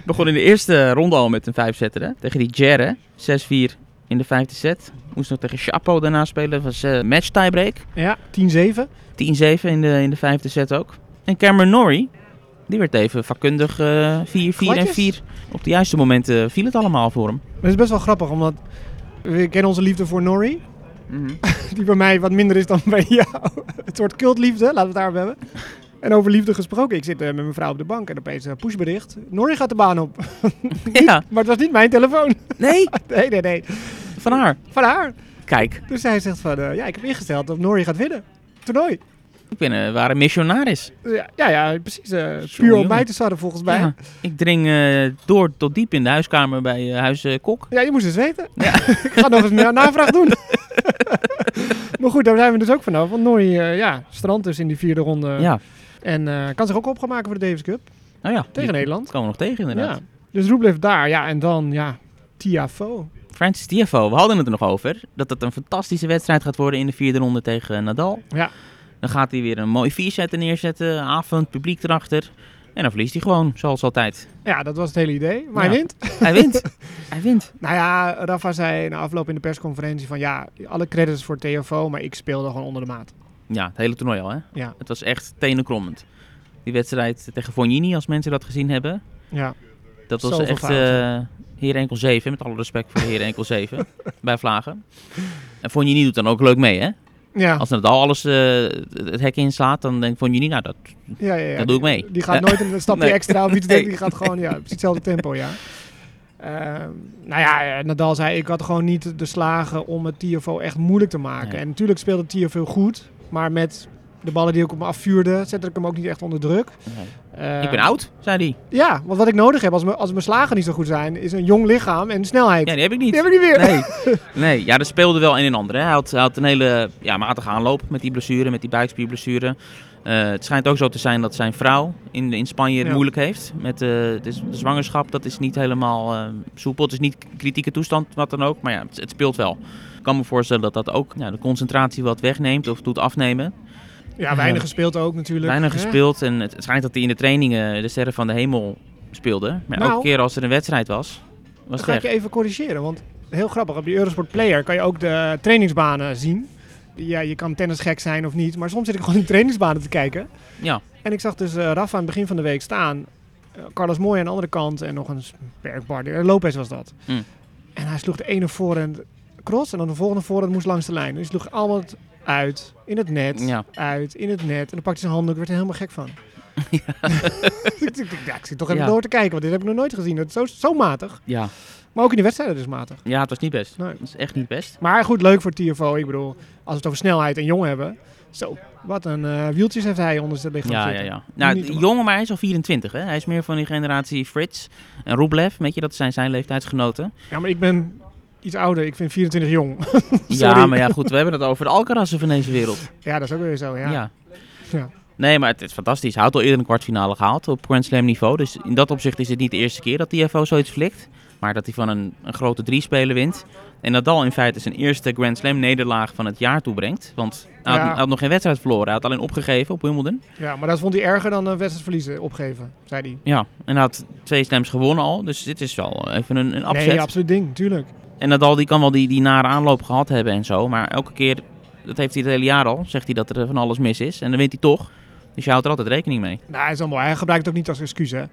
[SPEAKER 3] Begon in de eerste ronde al met een vijfzetter. hè. Tegen die Jerre, 6-4 in de vijfde set. Moest nog tegen Chapo daarna spelen. Dat was eh, match tiebreak. 10-7
[SPEAKER 1] Ja, 10-7.
[SPEAKER 3] in de, in de vijfde set ook. En Cameron Norrie, die werd even vakkundig eh, 4-4 en
[SPEAKER 1] Gladjes.
[SPEAKER 3] 4. Op de juiste momenten eh, viel het allemaal voor hem.
[SPEAKER 1] Dat is best wel grappig, omdat we kennen onze liefde voor Norrie. Die bij mij wat minder is dan bij jou. Het soort cultliefde, laten we het daarop hebben. En over liefde gesproken. Ik zit eh, met mijn vrouw op de bank en opeens een pushbericht. Norrie gaat de baan op.
[SPEAKER 3] Ja,
[SPEAKER 1] Maar het was niet mijn telefoon.
[SPEAKER 3] nee,
[SPEAKER 1] Nee, nee, nee.
[SPEAKER 3] van haar.
[SPEAKER 1] Van haar.
[SPEAKER 3] Kijk,
[SPEAKER 1] Dus zij zegt van, eh, ja, ik heb ingesteld dat Norrie gaat winnen. Toernooi.
[SPEAKER 3] ik ben eh, waar een missionaris.
[SPEAKER 1] Ja, ja, ja, precies. eh, puur
[SPEAKER 3] jongen.
[SPEAKER 1] op mij te starten volgens mij.
[SPEAKER 3] Ja,
[SPEAKER 1] Ja,
[SPEAKER 3] ik dring eh, door tot diep in de huiskamer bij eh, huis eh, Kok.
[SPEAKER 1] je moest het weten. ik ga nog eens meer navraag doen. maar goed, daar zijn we dus ook vanaf. Want Norrie, eh, ja, strand dus in die vierde ronde.
[SPEAKER 3] Ja,
[SPEAKER 1] En eh, kan zich ook opgemaken voor de Davis Cup
[SPEAKER 3] nou ja.
[SPEAKER 1] tegen
[SPEAKER 3] die
[SPEAKER 1] Nederland.
[SPEAKER 3] komen we nog tegen inderdaad.
[SPEAKER 1] Ja. Dus Rublev daar. Ja, en dan, ja, Tiafo.
[SPEAKER 3] Francis Tiafoe, we hadden het er nog over. Dat het een fantastische wedstrijd gaat worden in de vierde ronde tegen eh, Nadal.
[SPEAKER 1] Ja.
[SPEAKER 3] Dan gaat hij weer een mooi vierzetten neerzetten. Avond, publiek erachter. En dan verliest hij gewoon, zoals altijd.
[SPEAKER 1] Ja, dat was het hele idee. Maar
[SPEAKER 3] Ja.
[SPEAKER 1] hij wint.
[SPEAKER 3] Hij wint. hij wint.
[SPEAKER 1] Nou ja, Rafa zei na afloop in de persconferentie van ja, alle credits voor TFO, maar ik speelde gewoon onder de maat.
[SPEAKER 3] Ja, het hele toernooi al, hè?
[SPEAKER 1] Ja.
[SPEAKER 3] Het was echt tenenkrommend. Die wedstrijd tegen Fognini, als mensen dat gezien hebben.
[SPEAKER 1] Ja,
[SPEAKER 3] Dat was
[SPEAKER 1] Zoveel
[SPEAKER 3] echt eh
[SPEAKER 1] fouten.
[SPEAKER 3] Heer Enkel 7, met alle respect voor Heer Enkel 7 bij Vlagen. En Fognini doet dan ook leuk mee, hè?
[SPEAKER 1] ja,
[SPEAKER 3] Als Nadal alles eh, het hek inslaat, dan denkt Fognini, nou, dat,
[SPEAKER 1] ja, ja, ja.
[SPEAKER 3] dat doe ik mee.
[SPEAKER 1] Die gaat nooit een stapje
[SPEAKER 3] Nee.
[SPEAKER 1] extra of iets doen.
[SPEAKER 3] Nee.
[SPEAKER 1] Die gaat gewoon ja, precies hetzelfde tempo, ja. Ehm, nou ja, eh, Nadal zei, ik had gewoon niet de slagen om het TFO echt moeilijk te maken.
[SPEAKER 3] Nee.
[SPEAKER 1] En natuurlijk speelde TFO goed, maar met de ballen die ik op me afvuurde, zette ik hem ook niet echt onder druk.
[SPEAKER 3] Nee.
[SPEAKER 1] Ehm,
[SPEAKER 3] Ik ben oud, zei hij.
[SPEAKER 1] Ja, want wat ik nodig heb als, me, als mijn slagen niet zo goed zijn, is een jong lichaam en snelheid.
[SPEAKER 3] Ja, die heb ik niet.
[SPEAKER 1] Die hebben we niet weer.
[SPEAKER 3] Nee, nee. ja, er speelde wel een en ander. Hè. Hij, had, hij had een hele ja, matige aanloop met die blessure, met die buikspierblessure. Eh, het schijnt ook zo te zijn dat zijn vrouw in, in Spanje het
[SPEAKER 1] Ja.
[SPEAKER 3] moeilijk heeft. Met eh, het is- de zwangerschap, dat is niet helemaal eh, soepel. Het is niet kritieke toestand, wat dan ook. Maar ja, het, het speelt wel. Ik kan me voorstellen dat dat ook ja, de concentratie wat wegneemt of doet afnemen.
[SPEAKER 1] Ja, weinig gespeeld ook natuurlijk.
[SPEAKER 3] Weinig
[SPEAKER 1] hè?
[SPEAKER 3] gespeeld en het schijnt dat hij in de trainingen de sterren van de hemel speelde. Maar
[SPEAKER 1] Nou.
[SPEAKER 3] elke keer als er een wedstrijd was, was
[SPEAKER 1] Dat
[SPEAKER 3] het
[SPEAKER 1] ga ik
[SPEAKER 3] weg.
[SPEAKER 1] je even corrigeren, want heel grappig, op die Eurosport Player kan je ook de trainingsbanen zien. Ja, je kan tennisgek zijn of niet, maar soms zit ik gewoon in trainingsbanen te kijken.
[SPEAKER 3] Ja,
[SPEAKER 1] En ik zag dus eh, Rafa aan het begin van de week staan. eh, Carlos Mooi aan de andere kant en nog een bergpartner. Eh, Lopez was dat.
[SPEAKER 3] Mm.
[SPEAKER 1] En hij sloeg de ene voorhand cross en dan de volgende voorhand moest langs de lijn. Dus hij sloeg allemaal het uit, in het net,
[SPEAKER 3] Ja.
[SPEAKER 1] uit, in het net. En dan pakte hij zijn handdoek, werd er helemaal gek van. ik, dacht, ja, ik zit toch even
[SPEAKER 3] Ja.
[SPEAKER 1] door te kijken, want dit heb ik nog nooit gezien. Dat is zo, zo matig.
[SPEAKER 3] ja.
[SPEAKER 1] Maar ook in die wedstrijden dus matig.
[SPEAKER 3] ja, het was niet best.
[SPEAKER 1] Nee.
[SPEAKER 3] Het is echt niet best.
[SPEAKER 1] Maar goed, leuk voor TFO. Ik bedoel, als we het over snelheid en jong hebben. Zo, wat een eh, wieltjes heeft hij onder zijn lichaam
[SPEAKER 3] Ja, ja,
[SPEAKER 1] zitten.
[SPEAKER 3] ja. Nou,
[SPEAKER 1] Niet te maken.
[SPEAKER 3] jongen, maar hij is al 24. Hè? Hij is meer van die generatie Frits en Rublev. Weet je, dat zijn zijn leeftijdsgenoten.
[SPEAKER 1] Ja, maar ik ben iets ouder. Ik vind 24 jong.
[SPEAKER 3] Ja, maar ja, goed. We hebben het over de Alcarazen van deze wereld.
[SPEAKER 1] ja, dat is ook weer zo. Ja.
[SPEAKER 3] Ja.
[SPEAKER 1] Ja.
[SPEAKER 3] Nee, maar het is fantastisch. Hij had al eerder een kwartfinale gehaald op Grand Slam niveau. Dus in dat opzicht is het niet de eerste keer dat TFO zoiets flikt. Maar dat hij van een, een grote drie speler wint. En Nadal in feite zijn eerste Grand Slam nederlaag van het jaar toebrengt. Want hij had,
[SPEAKER 1] Ja.
[SPEAKER 3] hij had nog geen wedstrijd verloren. Hij had alleen opgegeven op Wimbledon.
[SPEAKER 1] Ja, maar dat vond hij erger dan een wedstrijd verliezen, opgeven, zei hij.
[SPEAKER 3] Ja, en hij had twee slams gewonnen al. Dus dit is wel even een, een upset.
[SPEAKER 1] Nee, absoluut ding, tuurlijk.
[SPEAKER 3] En Nadal die kan wel die, die nare aanloop gehad hebben en zo. Maar elke keer, dat heeft hij het hele jaar al, zegt hij dat er van alles mis is. En dan wint hij toch. Dus je houdt er altijd rekening mee.
[SPEAKER 1] Nou, hij is allemaal. Hij gebruikt het ook niet als excuus, hè.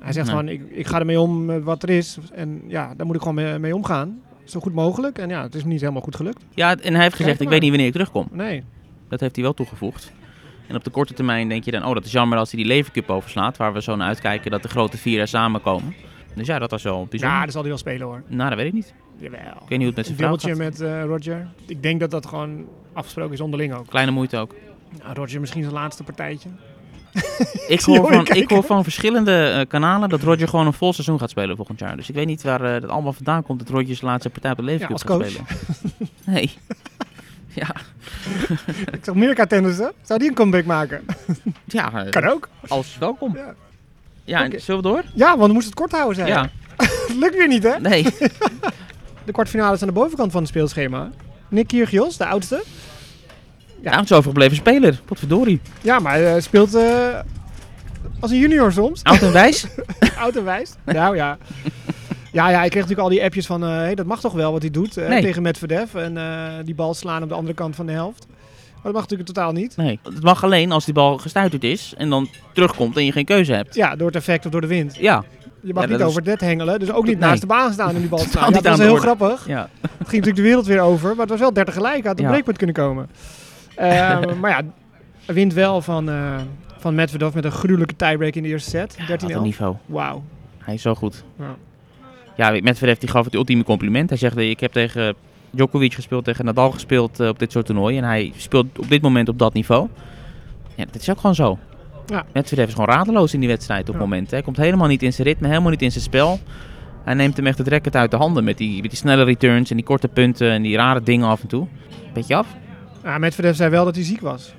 [SPEAKER 1] Hij zegt
[SPEAKER 3] Nee.
[SPEAKER 1] gewoon, ik, ik ga ermee om met wat er is. En ja, daar moet ik gewoon mee, mee omgaan. Zo goed mogelijk. En ja, het is niet helemaal goed gelukt.
[SPEAKER 3] Ja, en hij heeft
[SPEAKER 1] Kijk
[SPEAKER 3] gezegd, ik
[SPEAKER 1] maar.
[SPEAKER 3] weet niet wanneer ik terugkom.
[SPEAKER 1] Nee.
[SPEAKER 3] Dat heeft hij wel toegevoegd. En op de korte termijn denk je dan, oh dat is jammer als hij die Levercup overslaat. Waar we zo naar uitkijken dat de grote vier er samenkomen. Dus ja, dat was wel bijzonder.
[SPEAKER 1] Ja, dat zal hij wel spelen, hoor.
[SPEAKER 3] Nou, dat weet ik niet.
[SPEAKER 1] Jawel.
[SPEAKER 3] Ik weet niet hoe het met
[SPEAKER 1] Een
[SPEAKER 3] zijn vrouw
[SPEAKER 1] dubbeltje
[SPEAKER 3] gaat.
[SPEAKER 1] met eh, Roger. Ik denk dat dat gewoon afgesproken is onderling ook.
[SPEAKER 3] Kleine moeite ook.
[SPEAKER 1] Nou, Roger misschien zijn laatste partijtje. zie
[SPEAKER 3] Ik hoor,
[SPEAKER 1] jou
[SPEAKER 3] van,
[SPEAKER 1] weer
[SPEAKER 3] ik
[SPEAKER 1] kijken.
[SPEAKER 3] hoor van verschillende eh, kanalen dat Roger gewoon een vol seizoen gaat spelen volgend jaar. Dus ik weet niet waar eh, dat allemaal vandaan komt dat Roger zijn laatste partij op de Leverkusen
[SPEAKER 1] Ja, als
[SPEAKER 3] gaat spelen. Nee. Ja,
[SPEAKER 1] ik zag Mirka tennissen. Zou die een comeback maken?
[SPEAKER 3] ja eh,
[SPEAKER 1] Kan ook.
[SPEAKER 3] als welkom.
[SPEAKER 1] Ja.
[SPEAKER 3] Ja, en
[SPEAKER 1] Oké.
[SPEAKER 3] zullen we door?
[SPEAKER 1] Ja, want we moesten het kort houden, zijn.
[SPEAKER 3] Ja,
[SPEAKER 1] Het lukt weer niet, hè?
[SPEAKER 3] nee.
[SPEAKER 1] De kwartfinales aan de bovenkant van het speelschema. Nick Kyrgios, de oudste.
[SPEAKER 3] Ja, oud zo overgebleven speler. Potverdorie.
[SPEAKER 1] Ja, maar eh, speelt eh, als een junior soms.
[SPEAKER 3] Oud en wijs.
[SPEAKER 1] Oud en wijs. Nou ja. Ja, ja, ik kreeg natuurlijk al die appjes van, eh, hey, dat mag toch wel wat hij doet eh,
[SPEAKER 3] Nee.
[SPEAKER 1] tegen Medvedev. En eh, die bal slaan op de andere kant van de helft. Maar dat mag natuurlijk totaal niet.
[SPEAKER 3] Nee. Het mag alleen als die bal gestuiterd is en dan terugkomt en je geen keuze hebt.
[SPEAKER 1] Ja, door het effect of door de wind.
[SPEAKER 3] Ja,
[SPEAKER 1] Je mag
[SPEAKER 3] Ja,
[SPEAKER 1] niet
[SPEAKER 3] dat is-
[SPEAKER 1] over het net hengelen. Dus ook niet
[SPEAKER 3] Nee.
[SPEAKER 1] naast de baan staan en die bal
[SPEAKER 3] Totaal
[SPEAKER 1] slaan. Ja,
[SPEAKER 3] niet
[SPEAKER 1] dat was
[SPEAKER 3] aan de
[SPEAKER 1] heel
[SPEAKER 3] orde.
[SPEAKER 1] grappig.
[SPEAKER 3] ja.
[SPEAKER 1] Het ging natuurlijk de wereld weer over, maar het was wel 30 gelijk. Hij had een
[SPEAKER 3] Ja.
[SPEAKER 1] breekpunt kunnen komen. Ehm, maar ja, hij wint wel van, eh van Medvedev met een gruwelijke tiebreak in de eerste set.
[SPEAKER 3] Wat een
[SPEAKER 1] 13-11.
[SPEAKER 3] niveau.
[SPEAKER 1] Wauw.
[SPEAKER 3] Hij is zo goed.
[SPEAKER 1] Ja.
[SPEAKER 3] Ja, Medvedev die gaf het ultieme compliment. Hij zegt, eh, ik heb tegen Djokovic gespeeld, tegen Nadal gespeeld eh, op dit soort toernooien. En hij speelt op dit moment op dat niveau. Ja, dat is ook gewoon zo.
[SPEAKER 1] Ja.
[SPEAKER 3] Medvedev is gewoon radeloos in die wedstrijd op het
[SPEAKER 1] Ja.
[SPEAKER 3] moment. Hij komt helemaal niet in zijn ritme, helemaal niet in zijn spel. Hij neemt hem echt het racket uit de handen met die, met die snelle returns en die korte punten en die rare dingen af en toe. Beetje af.
[SPEAKER 1] Ja, Medvedev zei wel dat hij ziek was.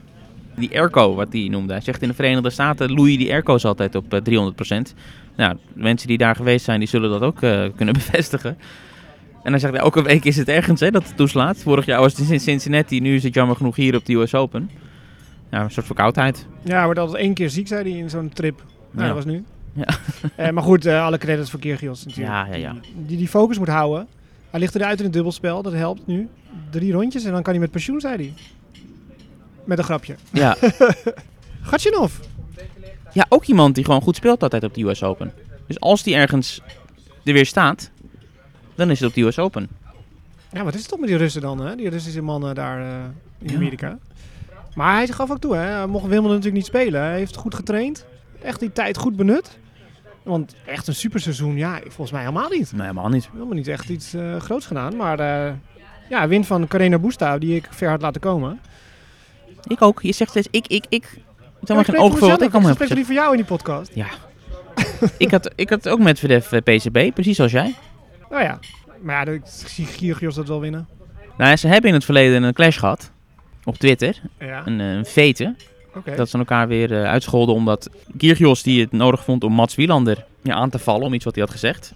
[SPEAKER 3] Die airco, wat hij noemde. Hij zegt in de Verenigde Staten loeien die airco's altijd op eh, 300%. Nou, de mensen die daar geweest zijn, die zullen dat ook eh, kunnen bevestigen. En hij zegt, elke week is het ergens hè, dat het toeslaat. Vorig jaar was het in Cincinnati, nu is het jammer genoeg hier op de US Open. Ja, een soort verkoudheid.
[SPEAKER 1] Ja, hij wordt altijd één keer ziek, zei hij in zo'n trip. Nou,
[SPEAKER 3] Ja.
[SPEAKER 1] dat was nu.
[SPEAKER 3] Ja.
[SPEAKER 1] Eh, maar goed, eh, alle credits voor Kyrgios natuurlijk.
[SPEAKER 3] Ja, ja, ja.
[SPEAKER 1] Die die focus moet houden. Hij ligt eruit in het dubbelspel, dat helpt nu. Drie rondjes en dan kan hij met pensioen, zei hij. Met een grapje.
[SPEAKER 3] Ja.
[SPEAKER 1] Gatjanov.
[SPEAKER 3] ja, ook iemand die gewoon goed speelt altijd op de US Open. Dus als die ergens er weer staat, dan is het op de US Open.
[SPEAKER 1] Ja, wat is het toch met die Russen dan, hè? Die Russische mannen daar eh, in
[SPEAKER 3] Ja.
[SPEAKER 1] Amerika. Maar hij gaf ook toe, hè? Hij mocht Wimbledon natuurlijk niet spelen. Hij heeft goed getraind. Echt die tijd goed benut. Want echt een superseizoen, ja, volgens mij helemaal niet.
[SPEAKER 3] Nee, Nou, helemaal niet.
[SPEAKER 1] Helemaal niet echt iets eh, groots gedaan. Maar eh ja, win van Carena Busta, die ik ver had laten komen.
[SPEAKER 3] Ik ook. Je zegt steeds ik, ik, ik. Het is helemaal
[SPEAKER 1] Ik
[SPEAKER 3] geen
[SPEAKER 1] spreek
[SPEAKER 3] oog
[SPEAKER 1] voor
[SPEAKER 3] voor
[SPEAKER 1] mezelf.
[SPEAKER 3] wat ik allemaal
[SPEAKER 1] Ik spreek
[SPEAKER 3] heb gezegd.
[SPEAKER 1] liever jou in die podcast.
[SPEAKER 3] Ik had, ik had ook met eh, VDF PCB, precies als jij.
[SPEAKER 1] Nou ja, maar ja, ik zie Kyrgios dat wel winnen.
[SPEAKER 3] Nou, ja, ze hebben in het verleden een clash gehad. Op Twitter.
[SPEAKER 1] Ja,
[SPEAKER 3] Een, eh, een vete.
[SPEAKER 1] oké.
[SPEAKER 3] Dat ze elkaar weer eh, uitscholden omdat Kyrgios die het nodig vond om Mats Wielander ja, aan te vallen om iets wat hij had gezegd.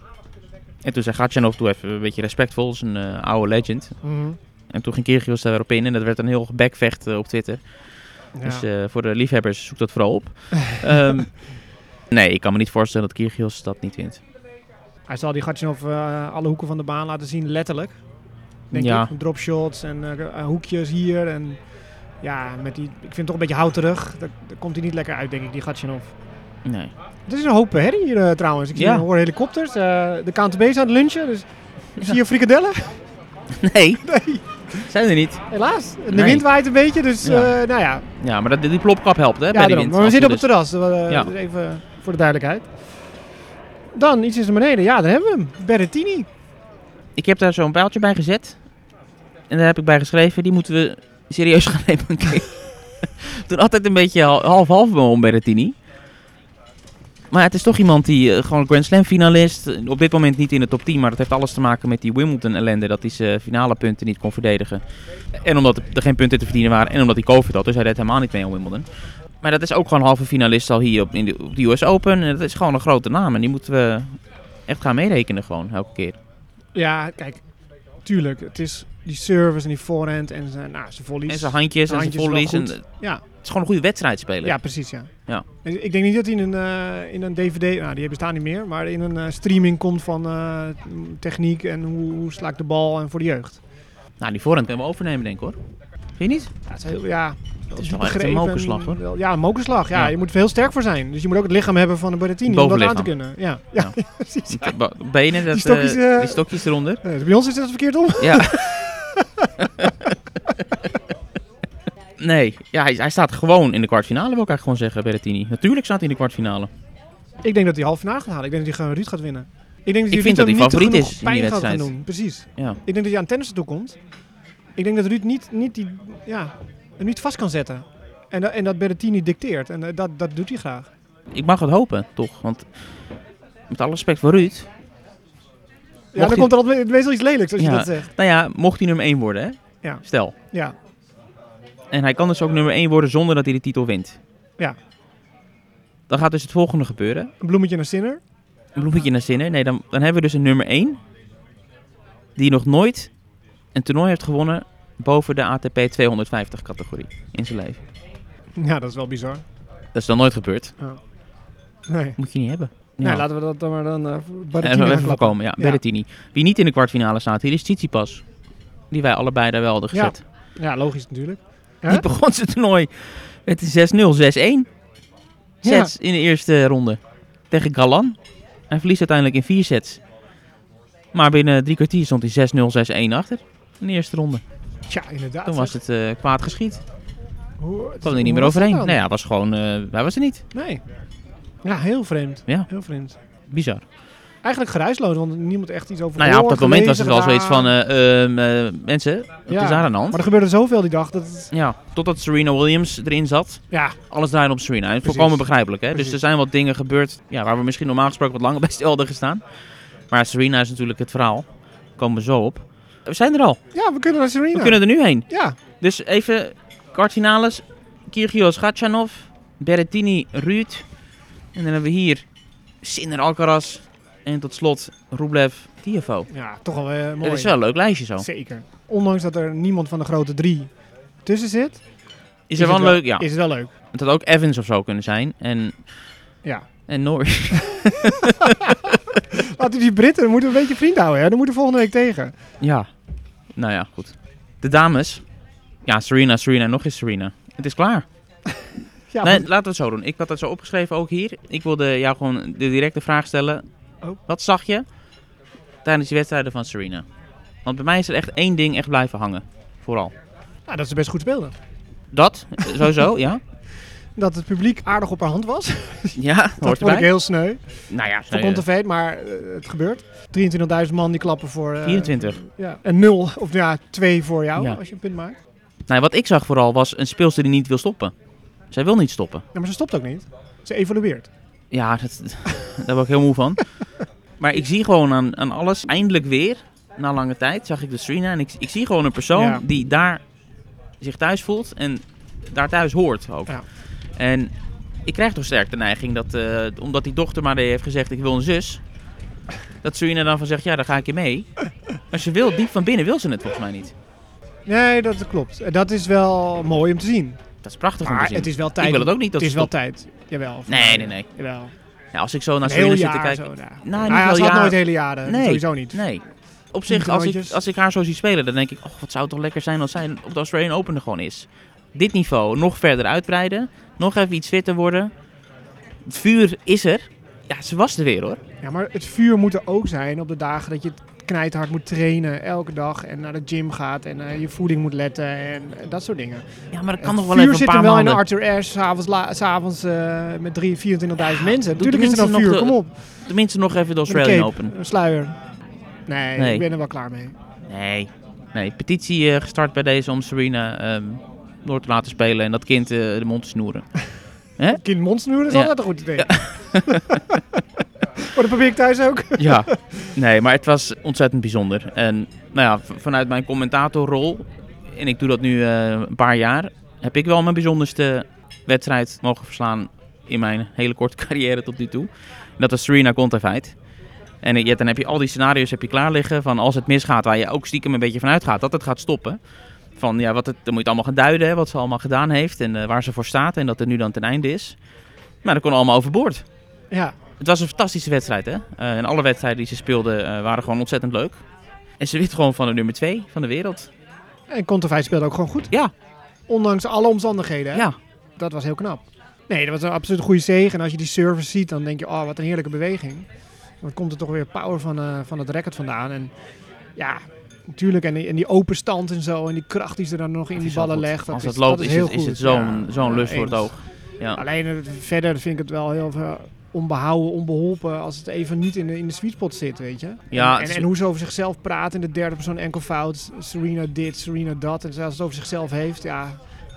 [SPEAKER 3] En toen zei Gatjanov, doe even een beetje respectvol, is een eh, oude legend.
[SPEAKER 1] Mhm.
[SPEAKER 3] En toen ging Kyrgios daar weer op in en dat werd een heel bekvecht eh, op Twitter.
[SPEAKER 1] Ja.
[SPEAKER 3] Dus eh, voor de liefhebbers, zoek dat vooral op. Ehm, nee, ik kan me niet voorstellen dat Kyrgios dat niet wint.
[SPEAKER 1] Hij zal die Gatjanov eh alle hoeken van de baan laten zien, letterlijk. Denk
[SPEAKER 3] Ja.
[SPEAKER 1] ik. Dropshots en eh, eh, hoekjes hier. En ja, met die, ik vind het toch een beetje houterig. Daar, daar komt hij niet lekker uit, denk ik, die Gatjanov.
[SPEAKER 3] Nee.
[SPEAKER 1] Het is een hoop herrie hier eh, trouwens. Ik zie,
[SPEAKER 3] Ja.
[SPEAKER 1] hoor helikopters. eh, de KNTB is aan het lunchen, dus ik zie je frikadellen.
[SPEAKER 3] Nee. Zijn er niet.
[SPEAKER 1] Helaas. De
[SPEAKER 3] Nee.
[SPEAKER 1] wind waait een beetje, dus
[SPEAKER 3] Ja.
[SPEAKER 1] eh, nou ja.
[SPEAKER 3] Ja, maar dat, die plopkap helpt hè, bij
[SPEAKER 1] ja
[SPEAKER 3] die
[SPEAKER 1] daarom.
[SPEAKER 3] wind.
[SPEAKER 1] maar we
[SPEAKER 3] Als
[SPEAKER 1] zitten op het
[SPEAKER 3] het
[SPEAKER 1] terras, eh,
[SPEAKER 3] Ja.
[SPEAKER 1] dus even voor de duidelijkheid. Dan iets is naar beneden. Ja, daar hebben we hem. Berrettini.
[SPEAKER 3] dus- Ik heb daar zo'n pijltje bij gezet. En daar heb ik bij geschreven, die moeten we serieus gaan nemen een keer. Toen altijd een beetje hal- half-half bij me om Berrettini. Maar het is toch iemand die eh, gewoon Grand Slam finalist. eh, Op dit moment niet in de top 10, maar dat heeft alles te maken met die Wimbledon ellende. Dat hij zijn finale punten niet kon verdedigen. En omdat er geen punten te verdienen waren. En omdat hij COVID had. Dus hij deed helemaal niet mee aan Wimbledon. Maar dat is ook gewoon halve finalist al hier op, in de, op de US Open. En dat is gewoon een grote naam. En die moeten we echt gaan meerekenen gewoon elke keer.
[SPEAKER 1] Ja, kijk, tuurlijk. Het is die service en die voorhand en zijn, nou, zijn volleys.
[SPEAKER 3] En zijn handjes en zijn
[SPEAKER 1] Handjes wel
[SPEAKER 3] volleys. En,
[SPEAKER 1] goed.
[SPEAKER 3] eh,
[SPEAKER 1] Ja,
[SPEAKER 3] het is gewoon een goede wedstrijd spelen.
[SPEAKER 1] ja, precies, ja.
[SPEAKER 3] Ja.
[SPEAKER 1] En Ik denk niet dat hij in een, eh, in een DVD, nou die bestaan niet meer, maar in een eh, streaming komt van eh, techniek en hoe, hoe sla ik de bal en voor de jeugd.
[SPEAKER 3] Nou, die voorhand kunnen we overnemen denk ik hoor. Vind je niet?
[SPEAKER 1] Ja, het is, heel, ja,
[SPEAKER 3] Dat
[SPEAKER 1] diep
[SPEAKER 3] is wel echt een
[SPEAKER 1] begrepen en
[SPEAKER 3] mokerslag hoor.
[SPEAKER 1] wel- Ja, een mokerslag. Ja,
[SPEAKER 3] Ja.
[SPEAKER 1] je moet er heel sterk voor zijn. Dus je moet ook het lichaam hebben van een Berrettini om dat aan te kunnen.
[SPEAKER 3] Bovenlichaam.
[SPEAKER 1] Ja, ja. precies.
[SPEAKER 3] Met de ba- Benen, dat, eh,
[SPEAKER 1] stokjes, eh,
[SPEAKER 3] die stokjes eronder.
[SPEAKER 1] Eh, dus bij ons is dat verkeerd om.
[SPEAKER 3] Ja. nee, ja, hij, hij staat gewoon in de kwartfinale, wil ik eigenlijk gewoon zeggen, Berrettini. Natuurlijk staat hij in de kwartfinale.
[SPEAKER 1] Ik denk dat hij half finale gaat halen. Ik denk dat hij gewoon Ruud gaat winnen. Ik denk dat
[SPEAKER 3] Ik vind dat
[SPEAKER 1] hem
[SPEAKER 3] hij
[SPEAKER 1] niet
[SPEAKER 3] favoriet
[SPEAKER 1] genoeg
[SPEAKER 3] is in die
[SPEAKER 1] pijn gaat gaan
[SPEAKER 3] wedstrijd.
[SPEAKER 1] doen. Precies.
[SPEAKER 3] Ja.
[SPEAKER 1] Ik denk dat hij aan tennissen toe komt. Ik denk dat Ruud niet, niet die, ja, hem niet vast kan zetten. En, dat- en dat Berrettini dicteert. En eh, dat, dat doet hij graag.
[SPEAKER 3] Ik mag het hopen, toch? Want met alle respect voor Ruud.
[SPEAKER 1] Ja, dan
[SPEAKER 3] hij-
[SPEAKER 1] komt er altijd me- meestal iets lelijks als
[SPEAKER 3] Ja.
[SPEAKER 1] je dat zegt.
[SPEAKER 3] Nou ja, mocht hij nummer 1 worden, hè?
[SPEAKER 1] Ja.
[SPEAKER 3] Stel.
[SPEAKER 1] Ja,
[SPEAKER 3] En hij kan dus ook nummer 1 worden zonder dat hij de titel wint.
[SPEAKER 1] Ja.
[SPEAKER 3] Dan gaat dus het volgende gebeuren.
[SPEAKER 1] een bloemetje naar Sinner.
[SPEAKER 3] Een bloemetje naar zinnen. Nee, dan, dan hebben we dus een nummer 1 die nog nooit een toernooi heeft gewonnen boven de ATP 250 categorie in zijn leven.
[SPEAKER 1] Ja, dat is wel bizar.
[SPEAKER 3] Dat is dan nooit gebeurd.
[SPEAKER 1] Nee.
[SPEAKER 3] Moet je niet hebben.
[SPEAKER 1] Nou, laten we dat dan maar dan eh
[SPEAKER 3] En
[SPEAKER 1] Berrettini
[SPEAKER 3] we even
[SPEAKER 1] gaan klappen.
[SPEAKER 3] voorkomen, ja,
[SPEAKER 1] Ja.
[SPEAKER 3] Berrettini. Wie niet in de kwartfinale staat, hier is Tsitsipas. Die wij allebei daar wel hadden
[SPEAKER 1] Ja.
[SPEAKER 3] gezet.
[SPEAKER 1] Ja, logisch natuurlijk. Hè?
[SPEAKER 3] Die begon zijn toernooi met een 6-0, 6-1. Sets in de eerste ronde tegen Galan. Hij verliest uiteindelijk in vier sets. Maar binnen drie kwartier stond hij 6-0, 6-1 achter. In de eerste ronde.
[SPEAKER 1] Tja, inderdaad.
[SPEAKER 3] Toen
[SPEAKER 1] zeg.
[SPEAKER 3] was het eh, kwaad geschiet.
[SPEAKER 1] Hoe- het
[SPEAKER 3] Kwam
[SPEAKER 1] is-
[SPEAKER 3] er niet
[SPEAKER 1] hoe
[SPEAKER 3] meer
[SPEAKER 1] was dat
[SPEAKER 3] overheen.
[SPEAKER 1] dan?
[SPEAKER 3] Nee, hij was gewoon... eh, hij was er niet.
[SPEAKER 1] Nee. Ja, heel vreemd.
[SPEAKER 3] Ja.
[SPEAKER 1] Heel vreemd.
[SPEAKER 3] Bizar.
[SPEAKER 1] Eigenlijk geruisloos, want niemand echt iets over
[SPEAKER 3] Nou ja, op
[SPEAKER 1] gehoord,
[SPEAKER 3] dat moment was het
[SPEAKER 1] gelezen,
[SPEAKER 3] wel zoiets van...
[SPEAKER 1] gedaan.
[SPEAKER 3] eh, ehm, eh, mensen, wat
[SPEAKER 1] Ja,
[SPEAKER 3] is daar aan de hand?
[SPEAKER 1] Maar er gebeurde zoveel die dag dat het...
[SPEAKER 3] Ja, totdat Serena Williams erin zat.
[SPEAKER 1] Ja,
[SPEAKER 3] Alles draaide om Serena. En
[SPEAKER 1] Precies.
[SPEAKER 3] volkomen begrijpelijk. Hè? Dus
[SPEAKER 1] Precies.
[SPEAKER 3] er zijn wat dingen gebeurd ja, waar we misschien normaal gesproken wat langer bij stil hadden gestaan. Maar Serena is natuurlijk het verhaal. Komen we zo op. We zijn er al.
[SPEAKER 1] ja we kunnen naar Serena.
[SPEAKER 3] We kunnen er nu heen.
[SPEAKER 1] Ja,
[SPEAKER 3] Dus even kwartfinales. Kyrgios Gatchanov. Berrettini Ruud. En dan hebben we hier Sinner Alcaraz. En tot slot Rublev Tiafo.
[SPEAKER 1] ja toch wel eh, mooi.
[SPEAKER 3] Het is wel een leuk lijstje zo.
[SPEAKER 1] Zeker. Ondanks dat er niemand van de grote drie tussen zit, is,
[SPEAKER 3] Is er wel
[SPEAKER 1] het
[SPEAKER 3] een leuk? Ja.
[SPEAKER 1] is het wel leuk.
[SPEAKER 3] Het had ook Evans of zo kunnen zijn. En
[SPEAKER 1] Ja.
[SPEAKER 3] En Norris.
[SPEAKER 1] Laten die Britten, dan moeten we een beetje vriend houden. Hè? Dan moeten we volgende week tegen.
[SPEAKER 3] Ja. Nou ja, goed. De dames. Ja, Serena, Serena en nog eens Serena. Het is klaar.
[SPEAKER 1] Ja,
[SPEAKER 3] nee,
[SPEAKER 1] Nou, want-
[SPEAKER 3] laten we het zo doen. Ik had dat zo opgeschreven ook hier. Ik wilde jou gewoon de directe vraag stellen.
[SPEAKER 1] Oh.
[SPEAKER 3] Wat zag je tijdens die wedstrijden van Serena? Want bij mij is er echt één ding echt blijven hangen. Vooral.
[SPEAKER 1] nou, dat ze best goed speelde.
[SPEAKER 3] Dat, eh, sowieso, ja.
[SPEAKER 1] Dat het publiek aardig op haar hand was.
[SPEAKER 3] Ja,
[SPEAKER 1] Dat
[SPEAKER 3] hoort
[SPEAKER 1] vond ik
[SPEAKER 3] erbij.
[SPEAKER 1] heel sneu.
[SPEAKER 3] Nou ja,
[SPEAKER 1] Voor
[SPEAKER 3] nee,
[SPEAKER 1] Pontefeet, maar eh, het gebeurt. 23.000 man die klappen voor... eh,
[SPEAKER 3] 24.
[SPEAKER 1] Ja, en 0, of ja, 2 voor jou
[SPEAKER 3] Ja.
[SPEAKER 1] als je een punt maakt.
[SPEAKER 3] Nou, wat ik zag vooral was een speelster die niet wil stoppen. Zij wil niet stoppen.
[SPEAKER 1] Ja, maar ze stopt ook niet. Ze evalueert.
[SPEAKER 3] Ja, dat, daar word ik heel moe van. Maar ik zie gewoon aan, aan alles, eindelijk weer, na lange tijd, zag ik de Serena. En ik, ik zie gewoon een persoon
[SPEAKER 1] Ja.
[SPEAKER 3] die daar zich thuis voelt en daar thuis hoort ook.
[SPEAKER 1] Ja.
[SPEAKER 3] En ik krijg toch sterk de neiging dat, eh, omdat die dochter maar heeft gezegd, ik wil een zus. Dat Serena dan van zegt, ja, daar ga ik je mee. Maar ze wil, diep van binnen wil ze het volgens mij niet.
[SPEAKER 1] Nee, dat klopt. En Dat is wel mooi om te zien.
[SPEAKER 3] Dat is prachtig om te
[SPEAKER 1] Maar
[SPEAKER 3] zien.
[SPEAKER 1] het is wel tijd.
[SPEAKER 3] Ik wil het ook niet dat
[SPEAKER 1] Het is
[SPEAKER 3] ze
[SPEAKER 1] wel
[SPEAKER 3] stopt.
[SPEAKER 1] tijd. Jawel.
[SPEAKER 3] Nee, nee, nee.
[SPEAKER 1] Jawel.
[SPEAKER 3] Ja, als ik zo naar
[SPEAKER 1] een heel
[SPEAKER 3] Serena zit te
[SPEAKER 1] jaar
[SPEAKER 3] kijken...
[SPEAKER 1] zo. Nou,
[SPEAKER 3] Nou, niet
[SPEAKER 1] Nou ja,
[SPEAKER 3] wel
[SPEAKER 1] ze had
[SPEAKER 3] jaar.
[SPEAKER 1] nooit het hele jaren.
[SPEAKER 3] Nee.
[SPEAKER 1] Eh, Sowieso niet.
[SPEAKER 3] Nee. Op zich, als ik,
[SPEAKER 1] Toernooitjes.
[SPEAKER 3] als ik haar zo zie spelen, dan denk ik... Oh, wat zou het toch lekker zijn als zij op de Australian Open er gewoon is. Dit niveau nog verder uitbreiden. Nog even iets fitter worden. Het vuur is er. Ja, ze was er weer hoor.
[SPEAKER 1] Ja, maar het vuur moet er ook zijn op de dagen dat je knijthard moet trainen. Elke dag. En naar de gym gaat. En eh, je voeding moet letten. En eh, dat soort dingen.
[SPEAKER 3] Ja, maar dat kan
[SPEAKER 1] het
[SPEAKER 3] nog wel
[SPEAKER 1] vuur
[SPEAKER 3] even een
[SPEAKER 1] zit
[SPEAKER 3] paar
[SPEAKER 1] er wel in
[SPEAKER 3] maanden.
[SPEAKER 1] Arthur Ashe. S'avonds la- s'avonds, eh met drie- 24.000 mensen.
[SPEAKER 3] Ah, doe
[SPEAKER 1] Natuurlijk is er dan
[SPEAKER 3] tenminste
[SPEAKER 1] vuur.
[SPEAKER 3] nog
[SPEAKER 1] Kom
[SPEAKER 3] de-
[SPEAKER 1] op.
[SPEAKER 3] Tenminste nog even de
[SPEAKER 1] Met een
[SPEAKER 3] Australian
[SPEAKER 1] cape,
[SPEAKER 3] Open.
[SPEAKER 1] Een sluier. Nee,
[SPEAKER 3] Nee.
[SPEAKER 1] ik ben er wel klaar mee.
[SPEAKER 3] Nee. Nee, petitie eh, gestart bij deze om Serena ehm, door te laten spelen en dat kind eh, de mond te snoeren.
[SPEAKER 1] Kind mondsnoeren is
[SPEAKER 3] Ja.
[SPEAKER 1] altijd een goed idee. maar dat probeer ik thuis ook.
[SPEAKER 3] Ja, nee, maar het was ontzettend bijzonder. En nou ja, v- vanuit mijn commentatorrol, en ik doe dat nu eh, een paar jaar, heb ik wel mijn bijzonderste wedstrijd mogen verslaan in mijn hele korte carrière tot nu toe. En dat was Serena Contaveit. En eh, ja, dan heb je al die scenario's heb je klaar liggen van als het misgaat, waar je ook stiekem een beetje vanuit gaat dat het gaat stoppen. Van ja, wat het, dan moet je het allemaal gaan duiden, hè, wat ze allemaal gedaan heeft en eh, waar ze voor staat en dat het nu dan ten einde is. Maar dat kon allemaal overboord.
[SPEAKER 1] Ja,
[SPEAKER 3] Het was een fantastische wedstrijd, hè? Eh, en alle wedstrijden die ze speelden eh, waren gewoon ontzettend leuk. En ze wint gewoon van de nummer 2 van de wereld.
[SPEAKER 1] en Conterfeit speelde ook gewoon goed.
[SPEAKER 3] Ja.
[SPEAKER 1] Ondanks alle omstandigheden.
[SPEAKER 3] Ja,
[SPEAKER 1] hè. Dat was heel knap. Nee, dat was een absoluut goede zege. En als je die service ziet, dan denk je, oh, wat een heerlijke beweging. Dan komt er toch weer power van, eh, van het racket vandaan. En ja, natuurlijk. En die, en die open stand en zo. En die kracht die ze dan nog in
[SPEAKER 3] het
[SPEAKER 1] die
[SPEAKER 3] is wel
[SPEAKER 1] ballen
[SPEAKER 3] goed.
[SPEAKER 1] legt. dat
[SPEAKER 3] Als het loopt,
[SPEAKER 1] dat
[SPEAKER 3] is,
[SPEAKER 1] heel
[SPEAKER 3] het, is
[SPEAKER 1] goed.
[SPEAKER 3] het zo'n
[SPEAKER 1] Ja,
[SPEAKER 3] zo'n
[SPEAKER 1] ja,
[SPEAKER 3] lust voor het
[SPEAKER 1] eens.
[SPEAKER 3] oog. Ja.
[SPEAKER 1] Alleen eh, verder vind ik het wel heel eh, onbehouden, onbeholpen als het even niet in de, in de sweet spot zit, weet je.
[SPEAKER 3] Ja,
[SPEAKER 1] en,
[SPEAKER 3] het is-
[SPEAKER 1] en hoe ze over zichzelf praat in de derde persoon enkelvoud. Serena dit, Serena dat. En zelfs het over zichzelf heeft, ja,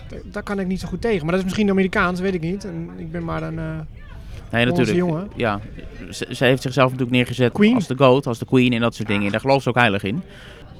[SPEAKER 1] d- daar kan ik niet zo goed tegen. Maar dat is misschien Amerikaans, weet ik niet. En ik ben maar een... eh,
[SPEAKER 3] Nee,
[SPEAKER 1] Hollandse
[SPEAKER 3] natuurlijk.
[SPEAKER 1] jongen.
[SPEAKER 3] Ja. Ze, ze heeft zichzelf natuurlijk neergezet
[SPEAKER 1] Queen.
[SPEAKER 3] als de goat, als de queen en dat soort dingen. Daar gelooft ze ook heilig in.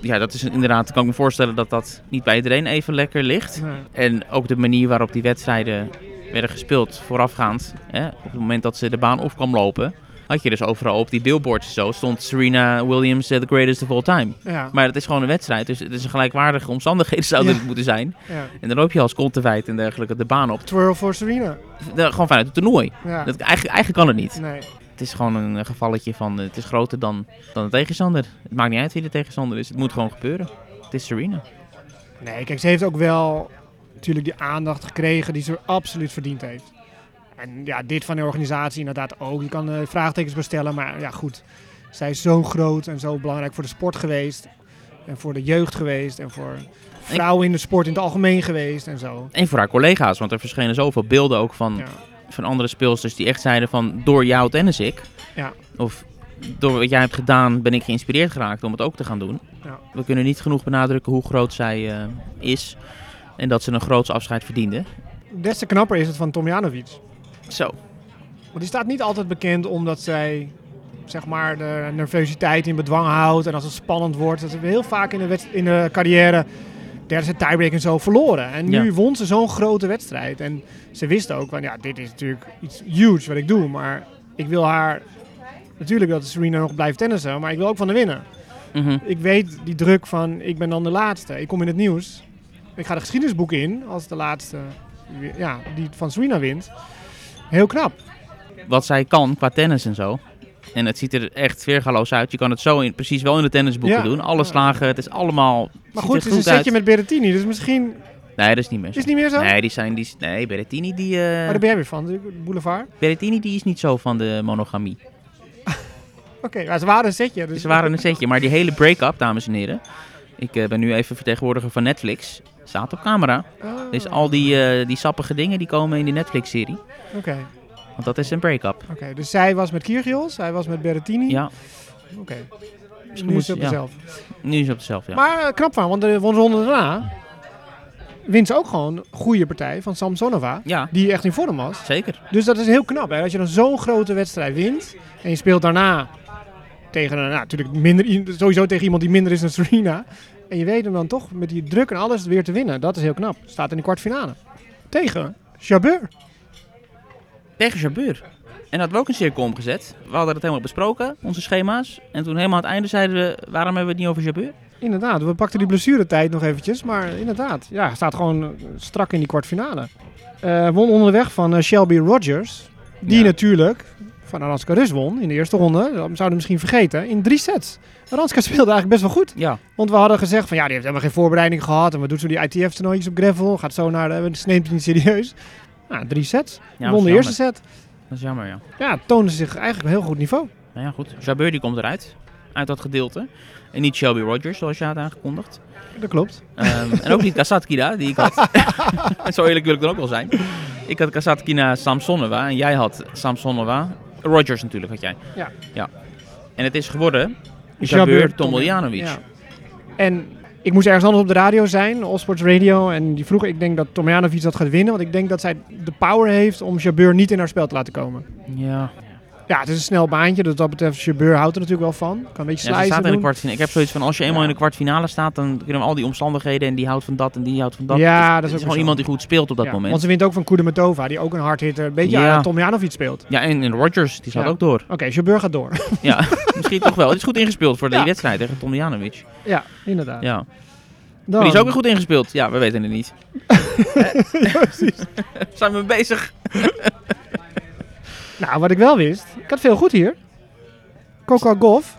[SPEAKER 3] Ja, dat is inderdaad, kan ik me voorstellen dat dat niet bij iedereen even lekker ligt.
[SPEAKER 1] nou,
[SPEAKER 3] En ook de manier waarop die wedstrijden werden gespeeld voorafgaand. Hè, op het moment dat ze de baan op kwam lopen, had je dus overal op die billboards zo stond Serena Williams eh, the greatest of all time.
[SPEAKER 1] ja,
[SPEAKER 3] Maar het is gewoon een wedstrijd, dus het is een gelijkwaardige omstandigheden zouden
[SPEAKER 1] Ja.
[SPEAKER 3] het moeten zijn.
[SPEAKER 1] ja.
[SPEAKER 3] En dan loop je als Konteveit en dergelijke de baan op.
[SPEAKER 1] Twirl voor Serena.
[SPEAKER 3] De- gewoon vanuit het toernooi.
[SPEAKER 1] Ja,
[SPEAKER 3] Dat, eigenlijk, eigenlijk kan het niet.
[SPEAKER 1] nee.
[SPEAKER 3] Het is gewoon een eh, gevalletje van eh, het is groter dan, dan de tegenstander. Het maakt niet uit wie de tegenstander is, het moet gewoon gebeuren. Het is Serena.
[SPEAKER 1] Nee, kijk, ze heeft ook wel natuurlijk die aandacht gekregen die ze absoluut verdiend heeft. En ja, dit van de organisatie inderdaad ook. Je kan eh, vraagtekens bestellen, maar ja, goed. Zij is zo groot en zo belangrijk voor de sport geweest. En voor de jeugd geweest. En voor vrouwen in de sport in het algemeen geweest en zo.
[SPEAKER 3] En voor haar collega's, want er verschenen zoveel beelden ook van
[SPEAKER 1] Ja,
[SPEAKER 3] van andere speelsters die echt zeiden van door jou tennis ik.
[SPEAKER 1] Ja.
[SPEAKER 3] Of door wat jij hebt gedaan ben ik geïnspireerd geraakt om het ook te gaan doen.
[SPEAKER 1] Ja.
[SPEAKER 3] We kunnen niet genoeg benadrukken hoe groot zij eh, is en dat ze een groots afscheid verdiende.
[SPEAKER 1] des te knapper is het van Tomjanovic.
[SPEAKER 3] Zo.
[SPEAKER 1] Want die staat niet altijd bekend omdat zij zeg maar, de nervositeit in bedwang houdt. En als het spannend wordt. Dat hebben we heel vaak in de, wedst- in de carrière derde set tiebreak en zo verloren. En nu
[SPEAKER 3] Ja.
[SPEAKER 1] won ze zo'n grote wedstrijd. En ze wist ook, van, ja, dit is natuurlijk iets huge wat ik doe. Maar ik wil haar... Natuurlijk dat Serena nog blijft tennissen, maar ik wil ook van de winnen.
[SPEAKER 3] Mhm.
[SPEAKER 1] Ik weet die druk van, ik ben dan de laatste. Ik kom in het nieuws. Ik ga de geschiedenisboek in als de laatste ja, die van Serena wint. Heel knap.
[SPEAKER 3] wat zij kan qua tennis en zo. En het ziet er echt veergaloos uit. Je kan het zo in, precies wel in de tennisboeken
[SPEAKER 1] Ja.
[SPEAKER 3] doen. Alle slagen, het is allemaal...
[SPEAKER 1] Maar
[SPEAKER 3] ziet
[SPEAKER 1] goed, dus
[SPEAKER 3] er
[SPEAKER 1] het is een
[SPEAKER 3] uit.
[SPEAKER 1] setje met Berrettini, dus misschien...
[SPEAKER 3] Nee, dat is niet meer
[SPEAKER 1] Is
[SPEAKER 3] zo.
[SPEAKER 1] het niet meer zo?
[SPEAKER 3] Nee, die zijn... Die, nee, Berrettini, die, eh,
[SPEAKER 1] Maar daar ben jij weer van, de boulevard.
[SPEAKER 3] Berrettini die is niet zo van de monogamie.
[SPEAKER 1] Oké, maar ze waren een setje. Dus
[SPEAKER 3] Ze waren een setje, maar die hele break-up, dames en heren. Ik eh, ben nu even vertegenwoordiger van Netflix. Staat op camera.
[SPEAKER 1] Ah,
[SPEAKER 3] Dus al die, eh, die sappige dingen die komen in die Netflix-serie.
[SPEAKER 1] Oké,
[SPEAKER 3] Want dat is een break-up.
[SPEAKER 1] oké. dus zij was met Kyrgios, hij was met Berrettini.
[SPEAKER 3] Ja,
[SPEAKER 1] Oké, nu
[SPEAKER 3] moest-
[SPEAKER 1] is het op
[SPEAKER 3] ja.
[SPEAKER 1] mezelf.
[SPEAKER 3] nu is het op zichzelf, ja.
[SPEAKER 1] Maar eh, knap van, want de ronde daarna wint ze ook gewoon een goede partij van Samsonova.
[SPEAKER 3] Ja,
[SPEAKER 1] Die echt in vorm was.
[SPEAKER 3] zeker.
[SPEAKER 1] Dus dat is heel knap. Hè? Als je dan zo'n grote wedstrijd wint. En je speelt daarna tegen een, nou, natuurlijk minder, i- sowieso tegen iemand die minder is dan Serena. En je weet hem dan toch met die druk en alles weer te winnen. Dat is heel knap. Staat in de kwartfinale. Tegen Jabeur.
[SPEAKER 3] Tegen Jabeur. En hadden we ook een cirkel omgezet. We hadden het helemaal besproken, onze schema's. En toen helemaal aan het einde zeiden we, waarom hebben we het niet over Jabeur?
[SPEAKER 1] Inderdaad, we pakten die blessuretijd nog eventjes. Maar inderdaad, ja, staat gewoon eh, strak in die kwartfinale. Eh, won onderweg van eh, Shelby Rogers. Die
[SPEAKER 3] Ja.
[SPEAKER 1] natuurlijk van Aranska Rus won in de eerste ronde. Dat zouden we misschien vergeten. In drie sets. Aranska speelde eigenlijk best wel goed.
[SPEAKER 3] Ja,
[SPEAKER 1] Want we hadden gezegd van ja, die heeft helemaal geen voorbereiding gehad. En wat doet ze die ITF-toernooitjes op gravel? Gaat zo naar de... Ze neemt het niet serieus. Nou, drie sets.
[SPEAKER 3] Ja,
[SPEAKER 1] Won de
[SPEAKER 3] dat is
[SPEAKER 1] eerste set.
[SPEAKER 3] dat is jammer, ja.
[SPEAKER 1] Ja, toonde ze zich eigenlijk op een heel goed niveau.
[SPEAKER 3] Nou ja, goed. Jabeur die komt eruit. Uit dat gedeelte. En niet Shelby Rogers, zoals je had aangekondigd.
[SPEAKER 1] Dat klopt.
[SPEAKER 3] Ehm, en ook niet Kasatkina, die ik had. Zo eerlijk wil ik dan ook wel zijn. Ik had Kasatkina Samsonova en jij had Samsonova. Rogers natuurlijk had jij.
[SPEAKER 1] Ja.
[SPEAKER 3] ja. En het is geworden Jabeur Tomljanovic.
[SPEAKER 1] Ja. En ik moest ergens anders op de radio zijn, Allsports Radio. En die vroegen, ik denk dat Tomjanovic dat gaat winnen. Want ik denk dat zij de power heeft om Jabeur niet in haar spel te laten komen.
[SPEAKER 3] Ja.
[SPEAKER 1] Ja, het is een snel baantje. Dus wat dat betreft, Jabeur houdt er natuurlijk wel van. Kan een beetje
[SPEAKER 3] Ja, ze
[SPEAKER 1] slijzen
[SPEAKER 3] staat in de
[SPEAKER 1] doen.
[SPEAKER 3] kwartfinale. Ik heb zoiets van, als je eenmaal
[SPEAKER 1] Ja.
[SPEAKER 3] in de kwartfinale staat, dan kunnen we al die omstandigheden en die houdt van dat en die houdt van dat.
[SPEAKER 1] Ja,
[SPEAKER 3] Het
[SPEAKER 1] dat is
[SPEAKER 3] het
[SPEAKER 1] ook
[SPEAKER 3] is
[SPEAKER 1] weer zo.
[SPEAKER 3] gewoon iemand die goed speelt op dat
[SPEAKER 1] Ja,
[SPEAKER 3] moment.
[SPEAKER 1] Want ze wint ook van Kudermetova, die ook een hardhitter. Een beetje
[SPEAKER 3] Ja.
[SPEAKER 1] ja. Tomjanovic speelt.
[SPEAKER 3] Ja, en, en Rogers, die staat
[SPEAKER 1] Ja.
[SPEAKER 3] ook door.
[SPEAKER 1] Oké, Jabeur gaat door.
[SPEAKER 3] Ja, misschien toch wel. Het is goed ingespeeld voor
[SPEAKER 1] Ja.
[SPEAKER 3] die wedstrijd tegen Tomljanovic.
[SPEAKER 1] Ja, inderdaad.
[SPEAKER 3] Ja.
[SPEAKER 1] Dan,
[SPEAKER 3] Maar die is ook weer goed ingespeeld. Ja, we weten het niet. Zijn we bezig?
[SPEAKER 1] Nou, wat ik wel wist. Ik had veel goed hier. Coco Golf.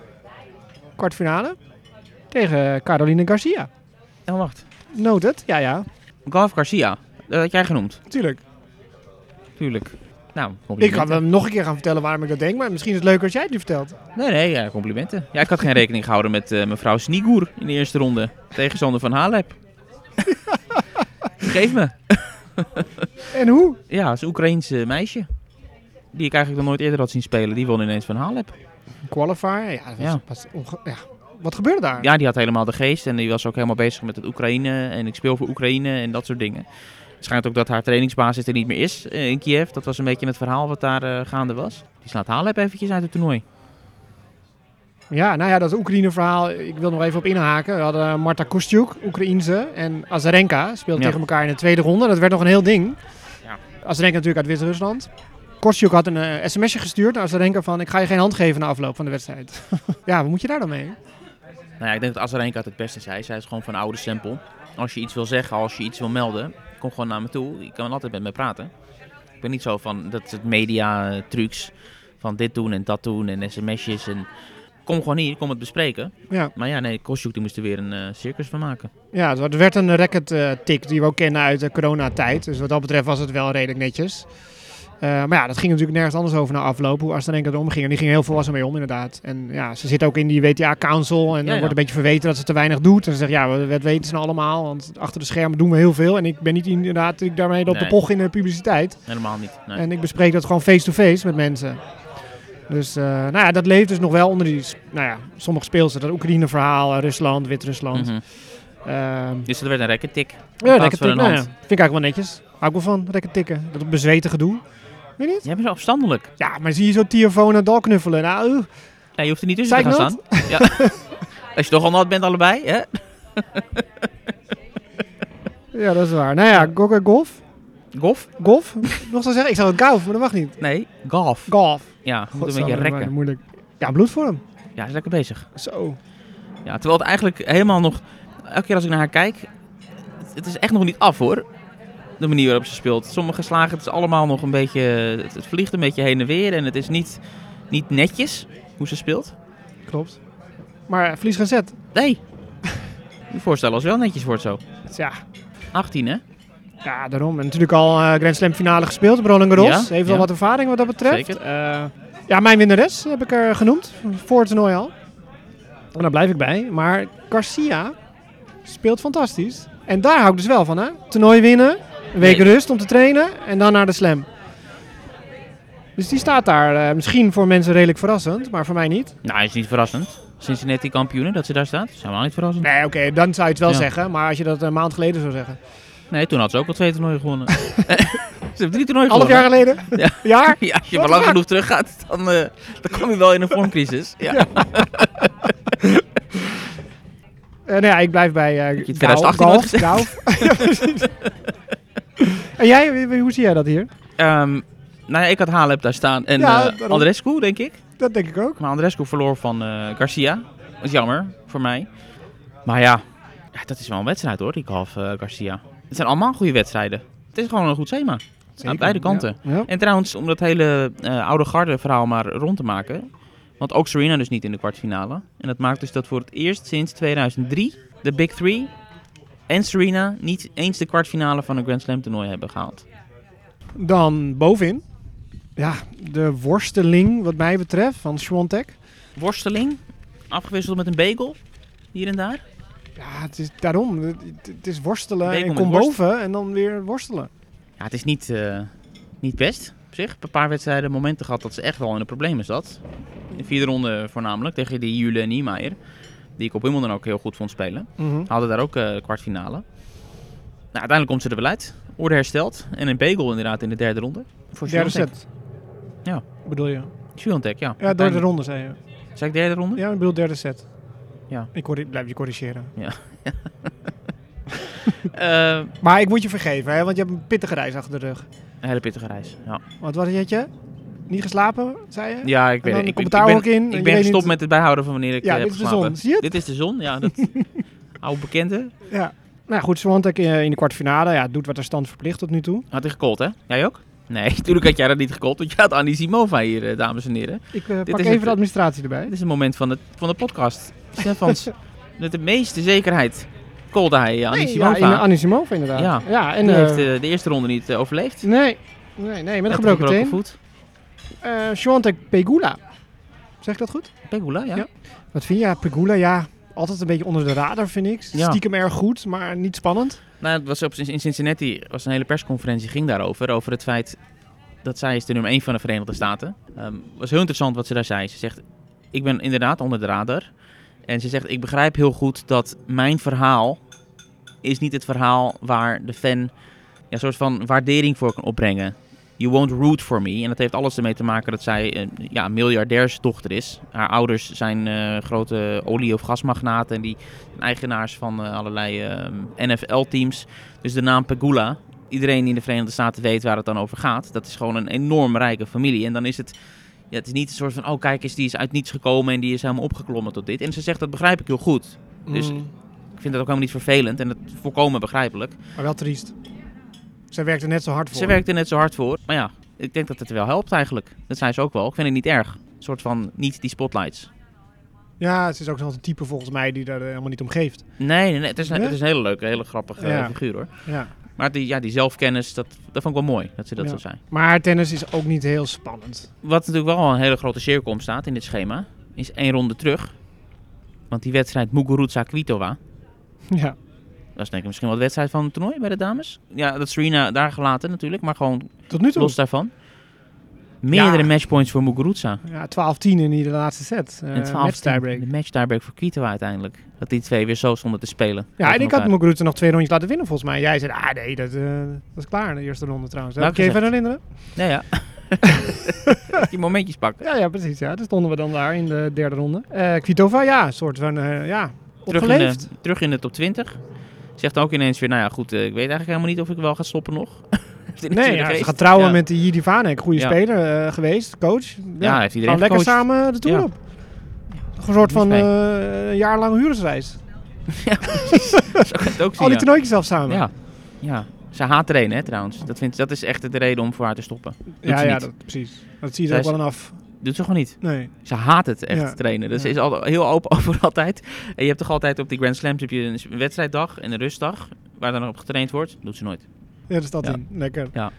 [SPEAKER 1] Kwartfinale. Tegen Caroline Garcia.
[SPEAKER 3] En wacht.
[SPEAKER 1] Noted. Ja, ja.
[SPEAKER 3] Golf Garcia. Dat had jij genoemd.
[SPEAKER 1] Natuurlijk.
[SPEAKER 3] Tuurlijk. Nou,
[SPEAKER 1] Ik kan
[SPEAKER 3] complimenten.
[SPEAKER 1] hem nog een keer gaan vertellen waarom ik dat denk. Maar misschien is het leuker als jij het nu vertelt.
[SPEAKER 3] Nee, nee, ja, complimenten. Ja, ik had geen rekening gehouden met eh, mevrouw Snigoer in de eerste ronde. Tegenstander van Halep. Vergeef me.
[SPEAKER 1] En hoe?
[SPEAKER 3] Ja, het is een Oekraïense meisje. Die ik eigenlijk nog nooit eerder had zien spelen. Die won ineens van Halep.
[SPEAKER 1] Qualifier. Ja, dat was,
[SPEAKER 3] Ja.
[SPEAKER 1] was onge- ja. Wat gebeurde daar?
[SPEAKER 3] Ja, die had helemaal de geest. En die was ook helemaal bezig met het Oekraïne. En ik speel voor Oekraïne en dat soort dingen. Het schijnt ook dat haar trainingsbasis er niet meer is eh, in Kiev. Dat was een beetje het verhaal wat daar eh, gaande was. Die slaat Halep eventjes uit het toernooi.
[SPEAKER 1] Ja, nou ja, dat Oekraïne-verhaal, ik wil nog even op inhaken. We hadden Marta Kostyuk, Oekraïense, en Azarenka speelden
[SPEAKER 3] Ja.
[SPEAKER 1] tegen elkaar in de tweede ronde. Dat werd nog een heel ding.
[SPEAKER 3] Ja.
[SPEAKER 1] Azarenka natuurlijk uit Wit-Rusland. Kostyuk had een eh, sms'je gestuurd naar Azarenka van... ik ga je geen hand geven na afloop van de wedstrijd. ja, wat moet je daar dan mee?
[SPEAKER 3] Nou ja, ik denk dat Azarenka het het beste zei. Zij is gewoon van oude stempel. Als je iets wil zeggen, als je iets wil melden, kom gewoon naar me toe. Je kan altijd met me praten. Ik ben niet zo van dat het media eh, trucs van dit doen en dat doen en sms'jes en... Kom gewoon hier, kom het bespreken.
[SPEAKER 1] Ja,
[SPEAKER 3] Maar ja, nee, Kostjuk die moest er weer een eh, circus van maken.
[SPEAKER 1] ja het wa- het werd een racket-tik die we ook kennen uit de coronatijd. Dus wat dat betreft was het wel redelijk netjes. Eh, maar ja, dat ging natuurlijk nergens anders over na afloop, hoe Azarenka erom ging. En die ging heel volwassen mee om, inderdaad. En ja, ze zit ook in die WTA-council en dan
[SPEAKER 3] ja.
[SPEAKER 1] wordt een beetje verweten dat ze te weinig doet. En ze zegt, ja, we- dat weten ze nou allemaal, want achter de schermen doen we heel veel. En ik ben niet inderdaad, ik daarmee op de
[SPEAKER 3] Nee.
[SPEAKER 1] poch in de publiciteit.
[SPEAKER 3] Helemaal niet. Nee.
[SPEAKER 1] En ik bespreek dat gewoon face-to-face met mensen. Dus, eh, nou ja, dat leeft dus nog wel onder die, s- nou ja, sommige speelsen. Dat Oekraïne-verhaal, eh, Rusland, Wit-Rusland.
[SPEAKER 3] Mhm.
[SPEAKER 1] Ehm,
[SPEAKER 3] Dus dat werd een rekkertik.
[SPEAKER 1] ja,
[SPEAKER 3] plaats
[SPEAKER 1] lekker
[SPEAKER 3] van
[SPEAKER 1] tikken.
[SPEAKER 3] een
[SPEAKER 1] Nou ja,
[SPEAKER 3] hand.
[SPEAKER 1] vind ik eigenlijk wel netjes. Hou ik wel van, lekker tikken. Dat bezweten gedoe.
[SPEAKER 3] Jij bent zo afstandelijk.
[SPEAKER 1] Ja, maar zie je zo Tiafoe en Nadal knuffelen? Nou, oeh.
[SPEAKER 3] Nee, je hoeft er niet tussen te gaan
[SPEAKER 1] Zei
[SPEAKER 3] staan. Ja. Als je toch al nat bent allebei, hè?
[SPEAKER 1] ja, dat is waar. Nou ja, Gokker Golf.
[SPEAKER 3] Golf?
[SPEAKER 1] Golf? Nog zo zeggen? Ik zou het golf, maar dat mag niet.
[SPEAKER 3] Nee, golf.
[SPEAKER 1] Golf.
[SPEAKER 3] Ja, moet een
[SPEAKER 1] Godsamme,
[SPEAKER 3] beetje
[SPEAKER 1] maar
[SPEAKER 3] rekken.
[SPEAKER 1] Moeilijk. Ja, bloedvorm.
[SPEAKER 3] Ja, is lekker bezig.
[SPEAKER 1] Zo.
[SPEAKER 3] Ja, terwijl het eigenlijk helemaal nog... Elke keer als ik naar haar kijk... Het, het is echt nog niet af, hoor. de manier waarop ze speelt. Sommige slagen, het is allemaal nog een beetje, het, het vliegt een beetje heen en weer en het is niet, niet netjes hoe ze speelt.
[SPEAKER 1] Klopt. Maar eh, verlies geen set.
[SPEAKER 3] Nee. Je voorstellen als het wel netjes wordt zo.
[SPEAKER 1] Dus Ja,
[SPEAKER 3] 18 hè?
[SPEAKER 1] ja, daarom. En natuurlijk al eh, Grand Slam finale gespeeld op Roland Garros.
[SPEAKER 3] Ja,
[SPEAKER 1] Heeft
[SPEAKER 3] ja.
[SPEAKER 1] al wat ervaring wat dat betreft.
[SPEAKER 3] Zeker.
[SPEAKER 1] Eh, ja, mijn winnares heb ik er genoemd. Voor het toernooi al. En daar blijf ik bij. Maar Garcia speelt fantastisch. En daar hou ik dus wel van hè. Toernooi winnen, een week
[SPEAKER 3] Nee.
[SPEAKER 1] rust om te trainen en dan naar de slam. Dus die staat daar eh, misschien voor mensen redelijk verrassend, maar voor mij niet.
[SPEAKER 3] Nou, is niet verrassend. Cincinnati kampioenen, dat ze daar staat, is helemaal niet verrassend.
[SPEAKER 1] Nee, oké, dan zou je het wel
[SPEAKER 3] Ja.
[SPEAKER 1] zeggen. Maar als je dat een maand geleden zou zeggen.
[SPEAKER 3] Nee, toen had ze ook al twee toernooien gewonnen. ze hebben drie toernooien
[SPEAKER 1] Half
[SPEAKER 3] gewonnen.
[SPEAKER 1] jaar geleden?
[SPEAKER 3] Ja.
[SPEAKER 1] Jaar?
[SPEAKER 3] Ja, als je
[SPEAKER 1] What
[SPEAKER 3] maar
[SPEAKER 1] the
[SPEAKER 3] lang
[SPEAKER 1] fuck?
[SPEAKER 3] genoeg teruggaat, dan, eh, dan kom je wel in een vormcrisis. Ja.
[SPEAKER 1] Eh, nee, ja, ik blijf bij eh,
[SPEAKER 3] je
[SPEAKER 1] Gau-
[SPEAKER 3] 2018
[SPEAKER 1] Golf.
[SPEAKER 3] had gezegd.
[SPEAKER 1] Golf. Ja, precies. en jij, wie- wie- hoe zie jij dat hier?
[SPEAKER 3] Ehm, nou ja, ik had Halep daar staan en
[SPEAKER 1] Ja,
[SPEAKER 3] eh,
[SPEAKER 1] daarom.
[SPEAKER 3] Andrescu, denk ik.
[SPEAKER 1] Dat denk ik ook.
[SPEAKER 3] Maar Andrescu verloor van eh, Garcia. Dat is jammer voor mij. Maar ja, ja, dat is wel een wedstrijd hoor, die half Garcia. Het zijn allemaal goede wedstrijden. Het is gewoon een goed schema. Aan beide kanten.
[SPEAKER 1] Ja. Ja.
[SPEAKER 3] En trouwens, om dat hele eh, oude garde verhaal maar rond te maken. Want ook Serena dus niet in de kwartfinale. En dat maakt dus dat voor het eerst sinds 2003 de Big Three en Serena niet eens de kwartfinale van een Grand Slam toernooi hebben gehaald.
[SPEAKER 1] Dan bovenin. Ja, de worsteling wat mij betreft van Schwantek.
[SPEAKER 3] Worsteling, afgewisseld met een bagel, hier en daar.
[SPEAKER 1] Ja, het is daarom. Het, het is worstelen
[SPEAKER 3] Beek
[SPEAKER 1] en
[SPEAKER 3] om
[SPEAKER 1] kom
[SPEAKER 3] het worst-
[SPEAKER 1] boven en dan weer worstelen.
[SPEAKER 3] Ja, het is niet, eh, niet best op zich. Een paar wedstrijden momenten gehad dat ze echt wel in de problemen zat. In de vierde ronde voornamelijk tegen die Jule en Niemeyer. Die ik op Wimbledon ook heel goed vond spelen. Hadden daar ook eh, kwartfinale. Nou, uiteindelijk komt ze er wel uit. Orde hersteld. En een bagel inderdaad in de derde ronde. Voor
[SPEAKER 1] Derde
[SPEAKER 3] Swiatek.
[SPEAKER 1] set.
[SPEAKER 3] Ja.
[SPEAKER 1] Bedoel je?
[SPEAKER 3] Swiatek, ja.
[SPEAKER 1] Ja, door de
[SPEAKER 3] Uiteindelijk-
[SPEAKER 1] ronde zei je.
[SPEAKER 3] Zei ik derde ronde?
[SPEAKER 1] Ja, ik bedoel derde set.
[SPEAKER 3] Ja.
[SPEAKER 1] Ik corri- blijf je corrigeren.
[SPEAKER 3] Eh,
[SPEAKER 1] Maar ik moet je vergeven, hè, want je hebt een pittige reis achter de rug.
[SPEAKER 3] een hele pittige reis. Ja,
[SPEAKER 1] Wat was het, Jetje? Niet geslapen, zei je?
[SPEAKER 3] ja ik weet
[SPEAKER 1] dan
[SPEAKER 3] het. Ik,
[SPEAKER 1] komt
[SPEAKER 3] ik
[SPEAKER 1] het daar
[SPEAKER 3] ben,
[SPEAKER 1] ook in en
[SPEAKER 3] ik
[SPEAKER 1] je
[SPEAKER 3] ben
[SPEAKER 1] weet
[SPEAKER 3] gestopt
[SPEAKER 1] niet-
[SPEAKER 3] met het bijhouden van wanneer ik
[SPEAKER 1] Ja,
[SPEAKER 3] eh, heb
[SPEAKER 1] dit is de
[SPEAKER 3] geslapen.
[SPEAKER 1] zon. Zie je het?
[SPEAKER 3] Dit is de zon, ja. Dat, oude bekende.
[SPEAKER 1] Ja. Nou ja, goed, Swantek eh, in de kwartfinale ja, doet wat haar stand verplicht tot nu toe.
[SPEAKER 3] Had hij gekold, hè? Jij ook? Nee, natuurlijk had jij dat niet gekold, want je had Annie Simova hier, eh, dames en heren.
[SPEAKER 1] Ik eh, pak
[SPEAKER 3] is
[SPEAKER 1] even
[SPEAKER 3] het-
[SPEAKER 1] de administratie erbij.
[SPEAKER 3] Dit is een moment van, het, van de podcast. Stefans, met de meeste zekerheid kolde hij eh, Annie
[SPEAKER 1] Nee,
[SPEAKER 3] Simova.
[SPEAKER 1] Ja, in, Anisimov inderdaad.
[SPEAKER 3] Ja.
[SPEAKER 1] en,
[SPEAKER 3] die
[SPEAKER 1] eh,
[SPEAKER 3] heeft eh, de eerste ronde niet eh, overleefd.
[SPEAKER 1] nee, nee, nee, met een
[SPEAKER 3] Met
[SPEAKER 1] gebroken teen.
[SPEAKER 3] voet.
[SPEAKER 1] Eh Swantek Pegula. Zeg ik dat goed?
[SPEAKER 3] Pegula, ja.
[SPEAKER 1] Ja. Wat vind je? Ja, Pegula, ja, altijd een beetje onder de radar vind ik.
[SPEAKER 3] Ja.
[SPEAKER 1] Stiekem erg goed, maar niet spannend.
[SPEAKER 3] Nou, het was op, in Cincinnati was een hele persconferentie ging daarover. Over het feit dat zij is de nummer 1 van de Verenigde Staten. Ehm was heel interessant wat ze daar zei. Ze zegt, ik ben inderdaad onder de radar. En ze zegt, ik begrijp heel goed dat mijn verhaal is niet het verhaal waar de fan ja, een soort van waardering voor kan opbrengen. You won't root for me. En dat heeft alles ermee te maken dat zij een ja, een miljardairsdochter is. Haar ouders zijn eh, grote olie- of gasmagnaten. En die zijn eigenaars van eh, allerlei NFL-teams. Dus de naam Pegula. Iedereen in de Verenigde Staten weet waar het dan over gaat. Dat is gewoon een enorm rijke familie. En dan is het. Ja, het is niet een soort van. Oh, kijk eens, die is uit niets gekomen. En die is helemaal opgeklommen tot dit. En ze zegt dat begrijp ik heel goed. Dus-
[SPEAKER 1] Mm,
[SPEAKER 3] Ik vind dat ook helemaal niet vervelend. En dat is volkomen begrijpelijk.
[SPEAKER 1] Maar wel triest. Zij werkte net zo hard voor.
[SPEAKER 3] Ze werkt er net zo hard voor. Maar ja, ik denk dat het wel helpt eigenlijk. Dat zijn ze ook wel. Ik vind het niet erg. Een soort van niet die spotlights.
[SPEAKER 1] Ja, ze is ook zo'n type volgens mij die daar eh, helemaal niet om geeft.
[SPEAKER 3] Nee, nee, nee, het, is,
[SPEAKER 1] Nee?
[SPEAKER 3] het is een hele leuke, hele grappige eh,
[SPEAKER 1] Ja.
[SPEAKER 3] figuur hoor.
[SPEAKER 1] Ja.
[SPEAKER 3] Maar die, ja, die zelfkennis, dat, dat vond ik wel mooi dat ze dat
[SPEAKER 1] Ja.
[SPEAKER 3] zo zijn.
[SPEAKER 1] Maar tennis is ook niet heel spannend.
[SPEAKER 3] Wat natuurlijk wel een hele grote cirkel om staat in dit schema, is één ronde terug. Want die wedstrijd Muguruza Kvitova,
[SPEAKER 1] Ja.
[SPEAKER 3] dat is denk ik misschien wel de wedstrijd van het toernooi bij de dames. Ja, dat Serena daar gelaten natuurlijk, maar gewoon
[SPEAKER 1] Tot nu toe.
[SPEAKER 3] los daarvan. Meerdere
[SPEAKER 1] Ja.
[SPEAKER 3] matchpoints voor Muguruza.
[SPEAKER 1] Ja, 12-10 in die laatste set. Eh
[SPEAKER 3] en 12
[SPEAKER 1] match tiebreak.
[SPEAKER 3] De match tiebreak voor Kvitova uiteindelijk. Dat die twee weer zo stonden te
[SPEAKER 1] Ja,
[SPEAKER 3] spelen.
[SPEAKER 1] en
[SPEAKER 3] tegen
[SPEAKER 1] ik had
[SPEAKER 3] elkaar.
[SPEAKER 1] Muguruza nog twee rondjes laten winnen volgens mij. Jij zei, ah nee, dat, eh, dat is klaar in de eerste ronde trouwens. Heb
[SPEAKER 3] Nou,
[SPEAKER 1] ik je even
[SPEAKER 3] gezegd.
[SPEAKER 1] herinneren?
[SPEAKER 3] Ja, ja. die momentjes pakken.
[SPEAKER 1] Ja, ja, precies. Ja. Toen stonden we dan daar in de derde ronde. Eh Kvitova, ja, soort van, eh, ja, opgeleefd.
[SPEAKER 3] In de, terug in de top 20. Zegt ook ineens weer, nou ja goed, eh, ik weet eigenlijk helemaal niet of ik wel ga stoppen nog. Heeft hij
[SPEAKER 1] Nee,
[SPEAKER 3] natuurlijk
[SPEAKER 1] ja, ze
[SPEAKER 3] geest.
[SPEAKER 1] gaat trouwen
[SPEAKER 3] Ja.
[SPEAKER 1] met die Jidivanek. Goede
[SPEAKER 3] Ja.
[SPEAKER 1] speler eh, geweest, coach. Ja,
[SPEAKER 3] Ja, heeft iedereen
[SPEAKER 1] gaan lekker
[SPEAKER 3] gecoacht.
[SPEAKER 1] samen de Tour
[SPEAKER 3] Ja.
[SPEAKER 1] op. Een soort
[SPEAKER 3] Niet
[SPEAKER 1] van
[SPEAKER 3] mee.
[SPEAKER 1] eh, een jaarlange huwelijksreis.
[SPEAKER 3] Zo kan je het ook zien,
[SPEAKER 1] Al die
[SPEAKER 3] ja.
[SPEAKER 1] toernooitjes zelf samen.
[SPEAKER 3] Ja, ja. Ze haat trainen, hè, trouwens. Dat, vindt, dat is echt de reden om voor haar te stoppen.
[SPEAKER 1] ja,
[SPEAKER 3] ze
[SPEAKER 1] ja
[SPEAKER 3] niet.
[SPEAKER 1] dat, precies. Dat zie je
[SPEAKER 3] Zij
[SPEAKER 1] er ook
[SPEAKER 3] is-
[SPEAKER 1] wel aan af.
[SPEAKER 3] Doet ze gewoon niet.
[SPEAKER 1] Nee.
[SPEAKER 3] Ze haat het echt,
[SPEAKER 1] Ja.
[SPEAKER 3] trainen. Dus
[SPEAKER 1] Ja.
[SPEAKER 3] ze is al heel open over altijd. En je hebt toch altijd op die Grand Slams heb je een wedstrijddag en een rustdag... waar dan op getraind wordt. Doet ze nooit.
[SPEAKER 1] Ja, de stad
[SPEAKER 3] Ja.
[SPEAKER 1] in. Lekker.
[SPEAKER 3] Ja.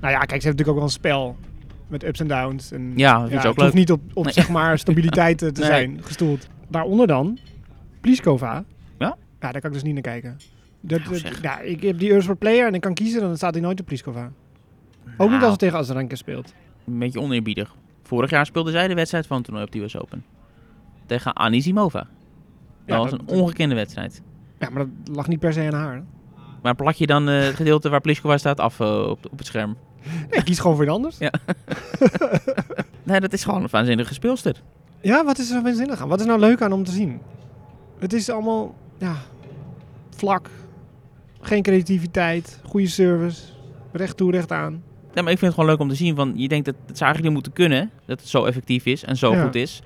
[SPEAKER 1] Nou ja, kijk, ze hebben natuurlijk ook wel een spel met ups en downs. En
[SPEAKER 3] Ja, dat vind ik ook
[SPEAKER 1] het hoeft
[SPEAKER 3] leuk.
[SPEAKER 1] niet op, op
[SPEAKER 3] Nee.
[SPEAKER 1] zeg maar stabiliteit eh, te
[SPEAKER 3] Nee.
[SPEAKER 1] zijn gestoeld. Daaronder dan Pliskova.
[SPEAKER 3] Ja?
[SPEAKER 1] Ja, daar kan ik dus niet naar kijken. Dat,
[SPEAKER 3] Nou,
[SPEAKER 1] dat-
[SPEAKER 3] zeg.
[SPEAKER 1] ja, ik heb die Eurosport Player en ik kan kiezen, dan staat hij nooit op Pliskova. Ook niet
[SPEAKER 3] Nou.
[SPEAKER 1] als ze tegen Azarenka speelt.
[SPEAKER 3] een beetje oneerbiedig. Vorig jaar speelde zij de wedstrijd van het toernooi op de US Open. Tegen Anisimova. Dat
[SPEAKER 1] Ja,
[SPEAKER 3] was
[SPEAKER 1] dat-
[SPEAKER 3] een ongekende wedstrijd.
[SPEAKER 1] Ja, maar dat lag niet per se aan haar.
[SPEAKER 3] Maar plak je dan eh, het gedeelte waar Pliskova staat af eh, op, op het scherm?
[SPEAKER 1] Nee, kies gewoon voor een anders.
[SPEAKER 3] Ja. Nee, dat is gewoon een waanzinnige speelster.
[SPEAKER 1] Ja, wat is er zo waanzinnig aan? Wat is nou leuk aan om te zien? Het is allemaal, ja, vlak. Geen creativiteit, goede service, recht toe, recht aan.
[SPEAKER 3] Ja, maar ik vind het gewoon leuk om te zien. Want je denkt dat, dat ze eigenlijk niet moeten kunnen. Dat het zo effectief is en zo
[SPEAKER 1] Ja.
[SPEAKER 3] goed is.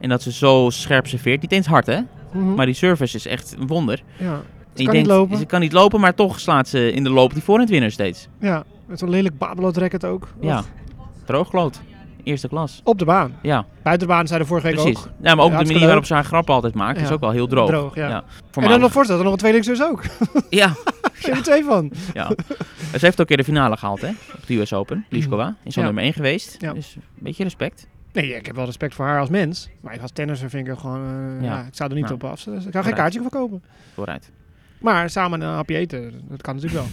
[SPEAKER 3] En dat ze zo scherp serveert. Niet eens hard, hè?
[SPEAKER 1] Mhm.
[SPEAKER 3] Maar die service is echt een wonder.
[SPEAKER 1] ja,
[SPEAKER 3] En
[SPEAKER 1] ze
[SPEAKER 3] je
[SPEAKER 1] kan
[SPEAKER 3] denkt,
[SPEAKER 1] niet lopen.
[SPEAKER 3] Ze kan niet lopen, maar toch slaat ze in de loop die voorhandwinner steeds.
[SPEAKER 1] Ja, met zo'n lelijk babeloot racket ook.
[SPEAKER 3] Ja.
[SPEAKER 1] Och,
[SPEAKER 3] Drooggloot. Eerste klas.
[SPEAKER 1] Op de baan.
[SPEAKER 3] Ja.
[SPEAKER 1] Buiten de baan zeiden vorige week
[SPEAKER 3] Precies.
[SPEAKER 1] ook.
[SPEAKER 3] Ja, maar ook de
[SPEAKER 1] Hartstikke
[SPEAKER 3] manier
[SPEAKER 1] leuk.
[SPEAKER 3] waarop ze haar grappen altijd maakt, is
[SPEAKER 1] Ja.
[SPEAKER 3] ook wel heel droog.
[SPEAKER 1] Droog, ja.
[SPEAKER 3] Voor
[SPEAKER 1] en dan nog
[SPEAKER 3] mij-
[SPEAKER 1] voorstel, dan nog een tweelingzus ook. Er
[SPEAKER 3] Ja,
[SPEAKER 1] zijn er twee van.
[SPEAKER 3] ja. Ze heeft ook weer de finale gehaald, hè? Op de US Open, Pliskova. Is al
[SPEAKER 1] Mhm. Ja.
[SPEAKER 3] nummer 1 geweest.
[SPEAKER 1] Ja.
[SPEAKER 3] Dus een beetje respect.
[SPEAKER 1] Nee, ik heb wel respect voor haar als mens. Maar als tennisser vind ik er gewoon... eh,
[SPEAKER 3] Ja.
[SPEAKER 1] ja. ik zou er niet
[SPEAKER 3] Nou.
[SPEAKER 1] op afzetten. Dus ik ga geen
[SPEAKER 3] Vooruit.
[SPEAKER 1] kaartje voor kopen.
[SPEAKER 3] Vooruit.
[SPEAKER 1] Maar samen een hapje eten, dat kan natuurlijk wel.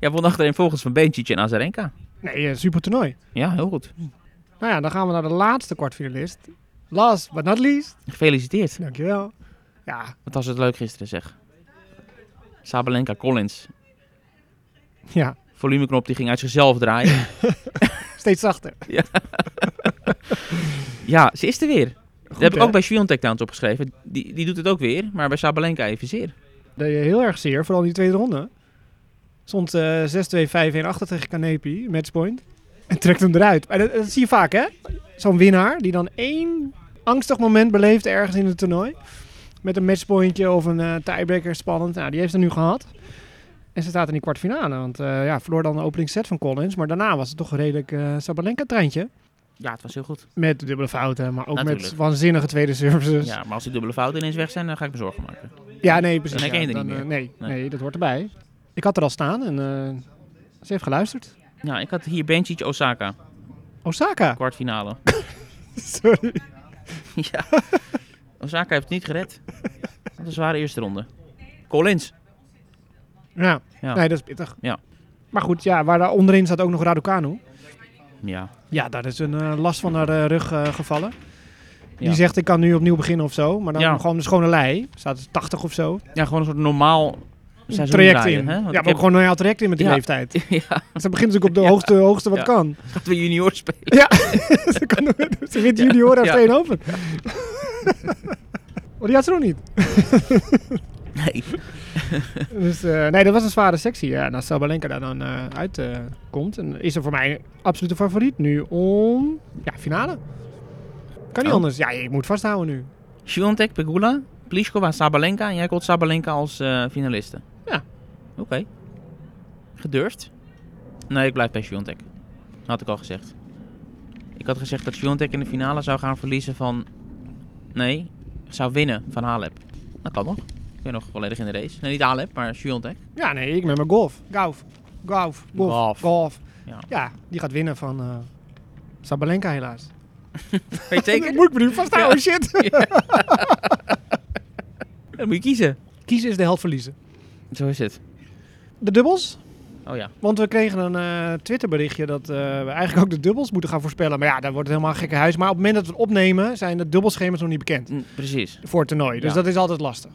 [SPEAKER 3] Ja, won achterin volgens van Bencic en Azarenka.
[SPEAKER 1] Nee, eh, super toernooi.
[SPEAKER 3] Ja, heel goed.
[SPEAKER 1] Nou ja, dan gaan we naar de laatste kwartfinalist. Last but not least.
[SPEAKER 3] Gefeliciteerd.
[SPEAKER 1] Dankjewel. Ja,
[SPEAKER 3] Wat was het leuk gisteren, zeg. Sabalenka Collins.
[SPEAKER 1] ja.
[SPEAKER 3] Volumeknop die ging uit zichzelf draaien.
[SPEAKER 1] Steeds zachter.
[SPEAKER 3] ja, ze is er weer.
[SPEAKER 1] Goed,
[SPEAKER 3] dat heb ik
[SPEAKER 1] hè?
[SPEAKER 3] ook bij Sviontek trouwens opgeschreven. Die, die doet het ook weer, maar bij Sabalenka evenzeer.
[SPEAKER 1] Deed je heel erg zeer, vooral in die tweede ronde. Stond eh 6-2, 5-1 achter tegen Kanepi, matchpoint. En trekt hem eruit. Maar dat, dat zie je vaak, hè? Zo'n winnaar die dan één angstig moment beleeft ergens in het toernooi. Met een matchpointje of een eh, tiebreaker, spannend. Nou, die heeft ze nu gehad. En ze staat in die kwartfinale. Want eh, ja, verloor dan de openingsset van Collins. Maar daarna was het toch een redelijk eh, Sabalenka-treintje.
[SPEAKER 3] Ja, het was heel goed.
[SPEAKER 1] Met dubbele fouten, maar ook met
[SPEAKER 3] Natuurlijk.
[SPEAKER 1] waanzinnige tweede services.
[SPEAKER 3] Ja, maar als die dubbele fouten ineens weg zijn, dan ga ik me zorgen maken.
[SPEAKER 1] Ja, nee, precies.
[SPEAKER 3] Dan
[SPEAKER 1] ja.
[SPEAKER 3] herken je er niet
[SPEAKER 1] Dan, eh, nee,
[SPEAKER 3] Nee.
[SPEAKER 1] nee. dat hoort erbij. Ik had er al staan en eh, ze heeft geluisterd.
[SPEAKER 3] Nou, ik had hier Benchic Osaka,
[SPEAKER 1] Osaka.
[SPEAKER 3] kwartfinale.
[SPEAKER 1] Sorry.
[SPEAKER 3] ja. Osaka heeft het niet gered. Dat is een zware eerste ronde. Collins.
[SPEAKER 1] Ja.
[SPEAKER 3] Ja.
[SPEAKER 1] nee, dat is pittig.
[SPEAKER 3] Ja.
[SPEAKER 1] Maar goed, ja, waar daar onderin zat ook nog Raducanu.
[SPEAKER 3] Ja.
[SPEAKER 1] Ja, daar is een eh, last van haar eh, rug eh, gevallen. Die
[SPEAKER 3] Ja.
[SPEAKER 1] zegt, ik kan nu opnieuw beginnen of zo. Maar dan
[SPEAKER 3] Ja.
[SPEAKER 1] gewoon de schone lei. Staat er 80 of zo.
[SPEAKER 3] ja, gewoon een soort normaal seizoen
[SPEAKER 1] traject
[SPEAKER 3] draaien,
[SPEAKER 1] in.
[SPEAKER 3] Hè?
[SPEAKER 1] Ja,
[SPEAKER 3] Want
[SPEAKER 1] maar
[SPEAKER 3] ik
[SPEAKER 1] ook gewoon een heel traject in met die
[SPEAKER 3] Ja.
[SPEAKER 1] leeftijd. Dus
[SPEAKER 3] ja,
[SPEAKER 1] Ze begint natuurlijk op de
[SPEAKER 3] Ja.
[SPEAKER 1] hoogste, hoogste wat
[SPEAKER 3] Ja.
[SPEAKER 1] kan.
[SPEAKER 3] gaat weer junior spelen.
[SPEAKER 1] Ja, ze, kan, ze wint junior
[SPEAKER 3] Ja.
[SPEAKER 1] heeft één open. Maar Oh, die had ze nog niet.
[SPEAKER 3] Nee.
[SPEAKER 1] Dus, eh, nee, dat was een zware sectie. Ja, en als Sabalenka daar dan eh, uit uitkomt, en is er voor mij een absolute favoriet nu om... Ja, finale. Kan niet
[SPEAKER 3] Oh.
[SPEAKER 1] anders. Ja, ik moet vasthouden nu.
[SPEAKER 3] Sviontek, Pegula, Pliskova, Sabalenka. En jij komt Sabalenka als eh finaliste.
[SPEAKER 1] Ja.
[SPEAKER 3] Oké. Gedurfd? Nee, ik blijf bij Sviontek. Had ik al gezegd. Ik had gezegd dat Sviontek in de finale zou gaan verliezen van... Nee, zou winnen van Halep. Dat kan nog. Ik ben nog volledig in de race. Nee, niet Halep, maar Sviontek.
[SPEAKER 1] Ja, nee, ik met mijn golf. Golf. Golf. Golf.
[SPEAKER 3] Golf.
[SPEAKER 1] Golf.
[SPEAKER 3] Ja.
[SPEAKER 1] Ja. die gaat winnen van eh, Sabalenka helaas.
[SPEAKER 3] Weet je zeker?
[SPEAKER 1] moet ik me nu vasthouden, shit.
[SPEAKER 3] Dan moet je kiezen.
[SPEAKER 1] Kiezen is de helft verliezen.
[SPEAKER 3] Zo is het.
[SPEAKER 1] De dubbels?
[SPEAKER 3] Oh ja.
[SPEAKER 1] Want we kregen een eh, Twitterberichtje dat eh, we eigenlijk ook de dubbels moeten gaan voorspellen. Maar ja, daar wordt het helemaal een gekke huis. Maar op het moment dat we het opnemen, zijn de dubbelschema's nog niet bekend
[SPEAKER 3] Mm, precies.
[SPEAKER 1] voor het toernooi. Dus
[SPEAKER 3] Ja.
[SPEAKER 1] dat is altijd lastig.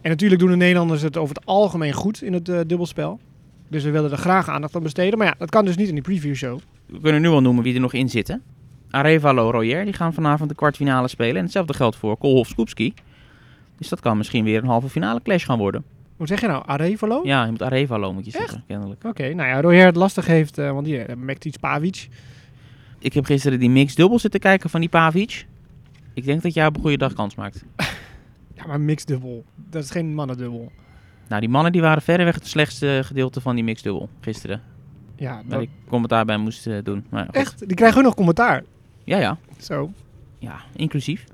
[SPEAKER 1] En natuurlijk doen de Nederlanders het over het algemeen goed in het eh, dubbelspel. Dus we willen er graag aandacht aan besteden. Maar ja, dat kan dus niet in die preview show.
[SPEAKER 3] We kunnen nu al noemen wie er nog in zitten. Arevalo, Royer, die gaan vanavond de kwartfinale spelen. En hetzelfde geldt voor Kolhoff, Skupski. Dus dat kan misschien weer een halve finale clash gaan worden.
[SPEAKER 1] Hoe zeg je nou? Arevalo?
[SPEAKER 3] Ja, je moet Arevalo, moet je zeggen, kennelijk.
[SPEAKER 1] Oké, nou ja, Royer het lastig heeft, eh, want die uh, Mektic Pavic.
[SPEAKER 3] Ik heb gisteren die mix dubbel zitten kijken van die Pavic. Ik denk dat jij op een goede dag kans maakt.
[SPEAKER 1] Ja, maar mixdubbel. Dat is geen mannendubbel.
[SPEAKER 3] Nou, die mannen die waren verreweg het slechtste gedeelte van die mixdubbel gisteren.
[SPEAKER 1] Ja,
[SPEAKER 3] Waar
[SPEAKER 1] dat,
[SPEAKER 3] ik commentaar bij moest eh, doen. Maar goed.
[SPEAKER 1] echt. Die krijgen hun nog commentaar.
[SPEAKER 3] Ja, ja.
[SPEAKER 1] Zo.
[SPEAKER 3] Ja, inclusief.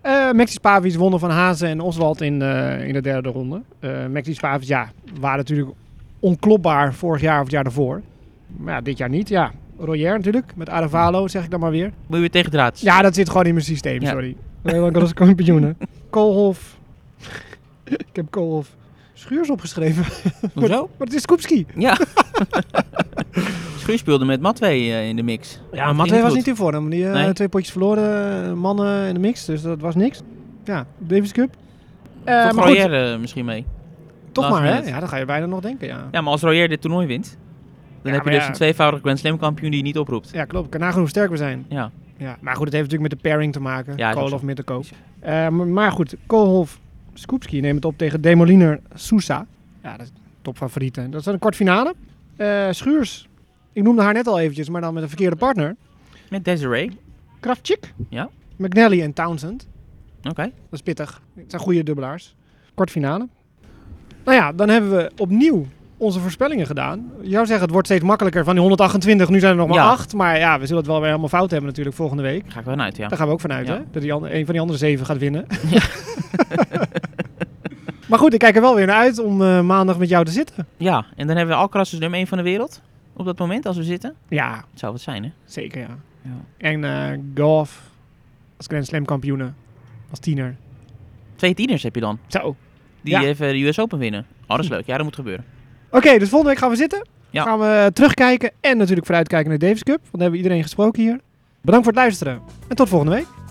[SPEAKER 1] Eh Maxi Spavic wonnen van Hazen en Oswald in, eh, in de derde ronde. Eh Maxi Spavic, ja, waren natuurlijk onklopbaar vorig jaar of het jaar daarvoor. Maar ja, dit jaar niet, ja. Royer natuurlijk, met Aravalo, zeg ik dan maar weer.
[SPEAKER 3] Moet je weer tegen draad.
[SPEAKER 1] Ja, dat zit gewoon in mijn systeem,
[SPEAKER 3] Ja.
[SPEAKER 1] sorry. Nederland als kampioen, hè. Koolhof. ik heb Koolhof Schuurs opgeschreven.
[SPEAKER 3] Hoezo?
[SPEAKER 1] Maar het is Koepski.
[SPEAKER 3] Ja. Schuur speelde met Matwee eh, in de mix.
[SPEAKER 1] Ja,
[SPEAKER 3] Dat
[SPEAKER 1] Matteo
[SPEAKER 3] ging
[SPEAKER 1] was
[SPEAKER 3] goed.
[SPEAKER 1] niet in vorm. Die eh,
[SPEAKER 3] Nee.
[SPEAKER 1] twee potjes verloren, eh, mannen in de mix, dus dat was niks. Ja, Davis Cup. Eh,
[SPEAKER 3] Toch
[SPEAKER 1] maar goed,
[SPEAKER 3] Royer eh, misschien mee.
[SPEAKER 1] toch
[SPEAKER 3] last
[SPEAKER 1] maar, hè?
[SPEAKER 3] minute.
[SPEAKER 1] Ja, dan ga je bijna nog denken, ja.
[SPEAKER 3] Ja, maar als Royer dit toernooi wint,
[SPEAKER 1] Ja,
[SPEAKER 3] dan heb je
[SPEAKER 1] maar
[SPEAKER 3] dus
[SPEAKER 1] ja.
[SPEAKER 3] een tweevoudig Grand Slam kampioen die je niet oproept.
[SPEAKER 1] Ja, klopt. Ik kan nagenoeg sterk we zijn.
[SPEAKER 3] Ja.
[SPEAKER 1] Ja, maar goed, het heeft natuurlijk met de pairing te maken.
[SPEAKER 3] Ja,
[SPEAKER 1] Ja,
[SPEAKER 3] is ook
[SPEAKER 1] Koolhof
[SPEAKER 3] zo.
[SPEAKER 1] met de koop. maar goed, Koolhof, Skupski neemt het op tegen Demoliner Sousa. Ja, dat is topfavoriet. hè. Dat is dan een kwartfinale. Eh, Schuurs, ik noemde haar net al eventjes, maar dan met een verkeerde partner.
[SPEAKER 3] Met Desiree.
[SPEAKER 1] Kravchik,
[SPEAKER 3] Ja.
[SPEAKER 1] McNally en Townsend.
[SPEAKER 3] Oké.
[SPEAKER 1] Dat is pittig. Het zijn goede dubbelaars. Kwartfinale. Nou ja, dan hebben we opnieuw onze voorspellingen gedaan. Je zou zeggen, het wordt steeds makkelijker. Van die 128, nu zijn er nog maar
[SPEAKER 3] Ja.
[SPEAKER 1] 8. Maar ja, we zullen het wel weer helemaal fout hebben natuurlijk volgende week.
[SPEAKER 3] Daar ga ik wel vanuit, ja.
[SPEAKER 1] Daar gaan we ook vanuit,
[SPEAKER 3] Ja.
[SPEAKER 1] hè? Dat die ander- een van die andere zeven gaat winnen. maar goed, ik kijk er wel weer naar uit om eh, maandag met jou te zitten.
[SPEAKER 3] Ja, en dan hebben we Alcaraz als nummer 1 van de wereld. Op dat moment, als we zitten.
[SPEAKER 1] Ja,
[SPEAKER 3] Het zou wat zijn, hè?
[SPEAKER 1] zeker, ja.
[SPEAKER 3] Ja.
[SPEAKER 1] En eh, golf als Grand Slam kampioenen. Als tiener.
[SPEAKER 3] Twee tieners heb je dan.
[SPEAKER 1] Zo.
[SPEAKER 3] Die
[SPEAKER 1] Ja.
[SPEAKER 3] even de US Open winnen. Oh, dat is leuk. Ja, dat moet gebeuren.
[SPEAKER 1] Oké, dus volgende week gaan we zitten.
[SPEAKER 3] Ja.
[SPEAKER 1] Gaan we terugkijken en natuurlijk vooruitkijken naar de Davis Cup. Want daar hebben we iedereen gesproken hier. Bedankt voor het luisteren en tot volgende week.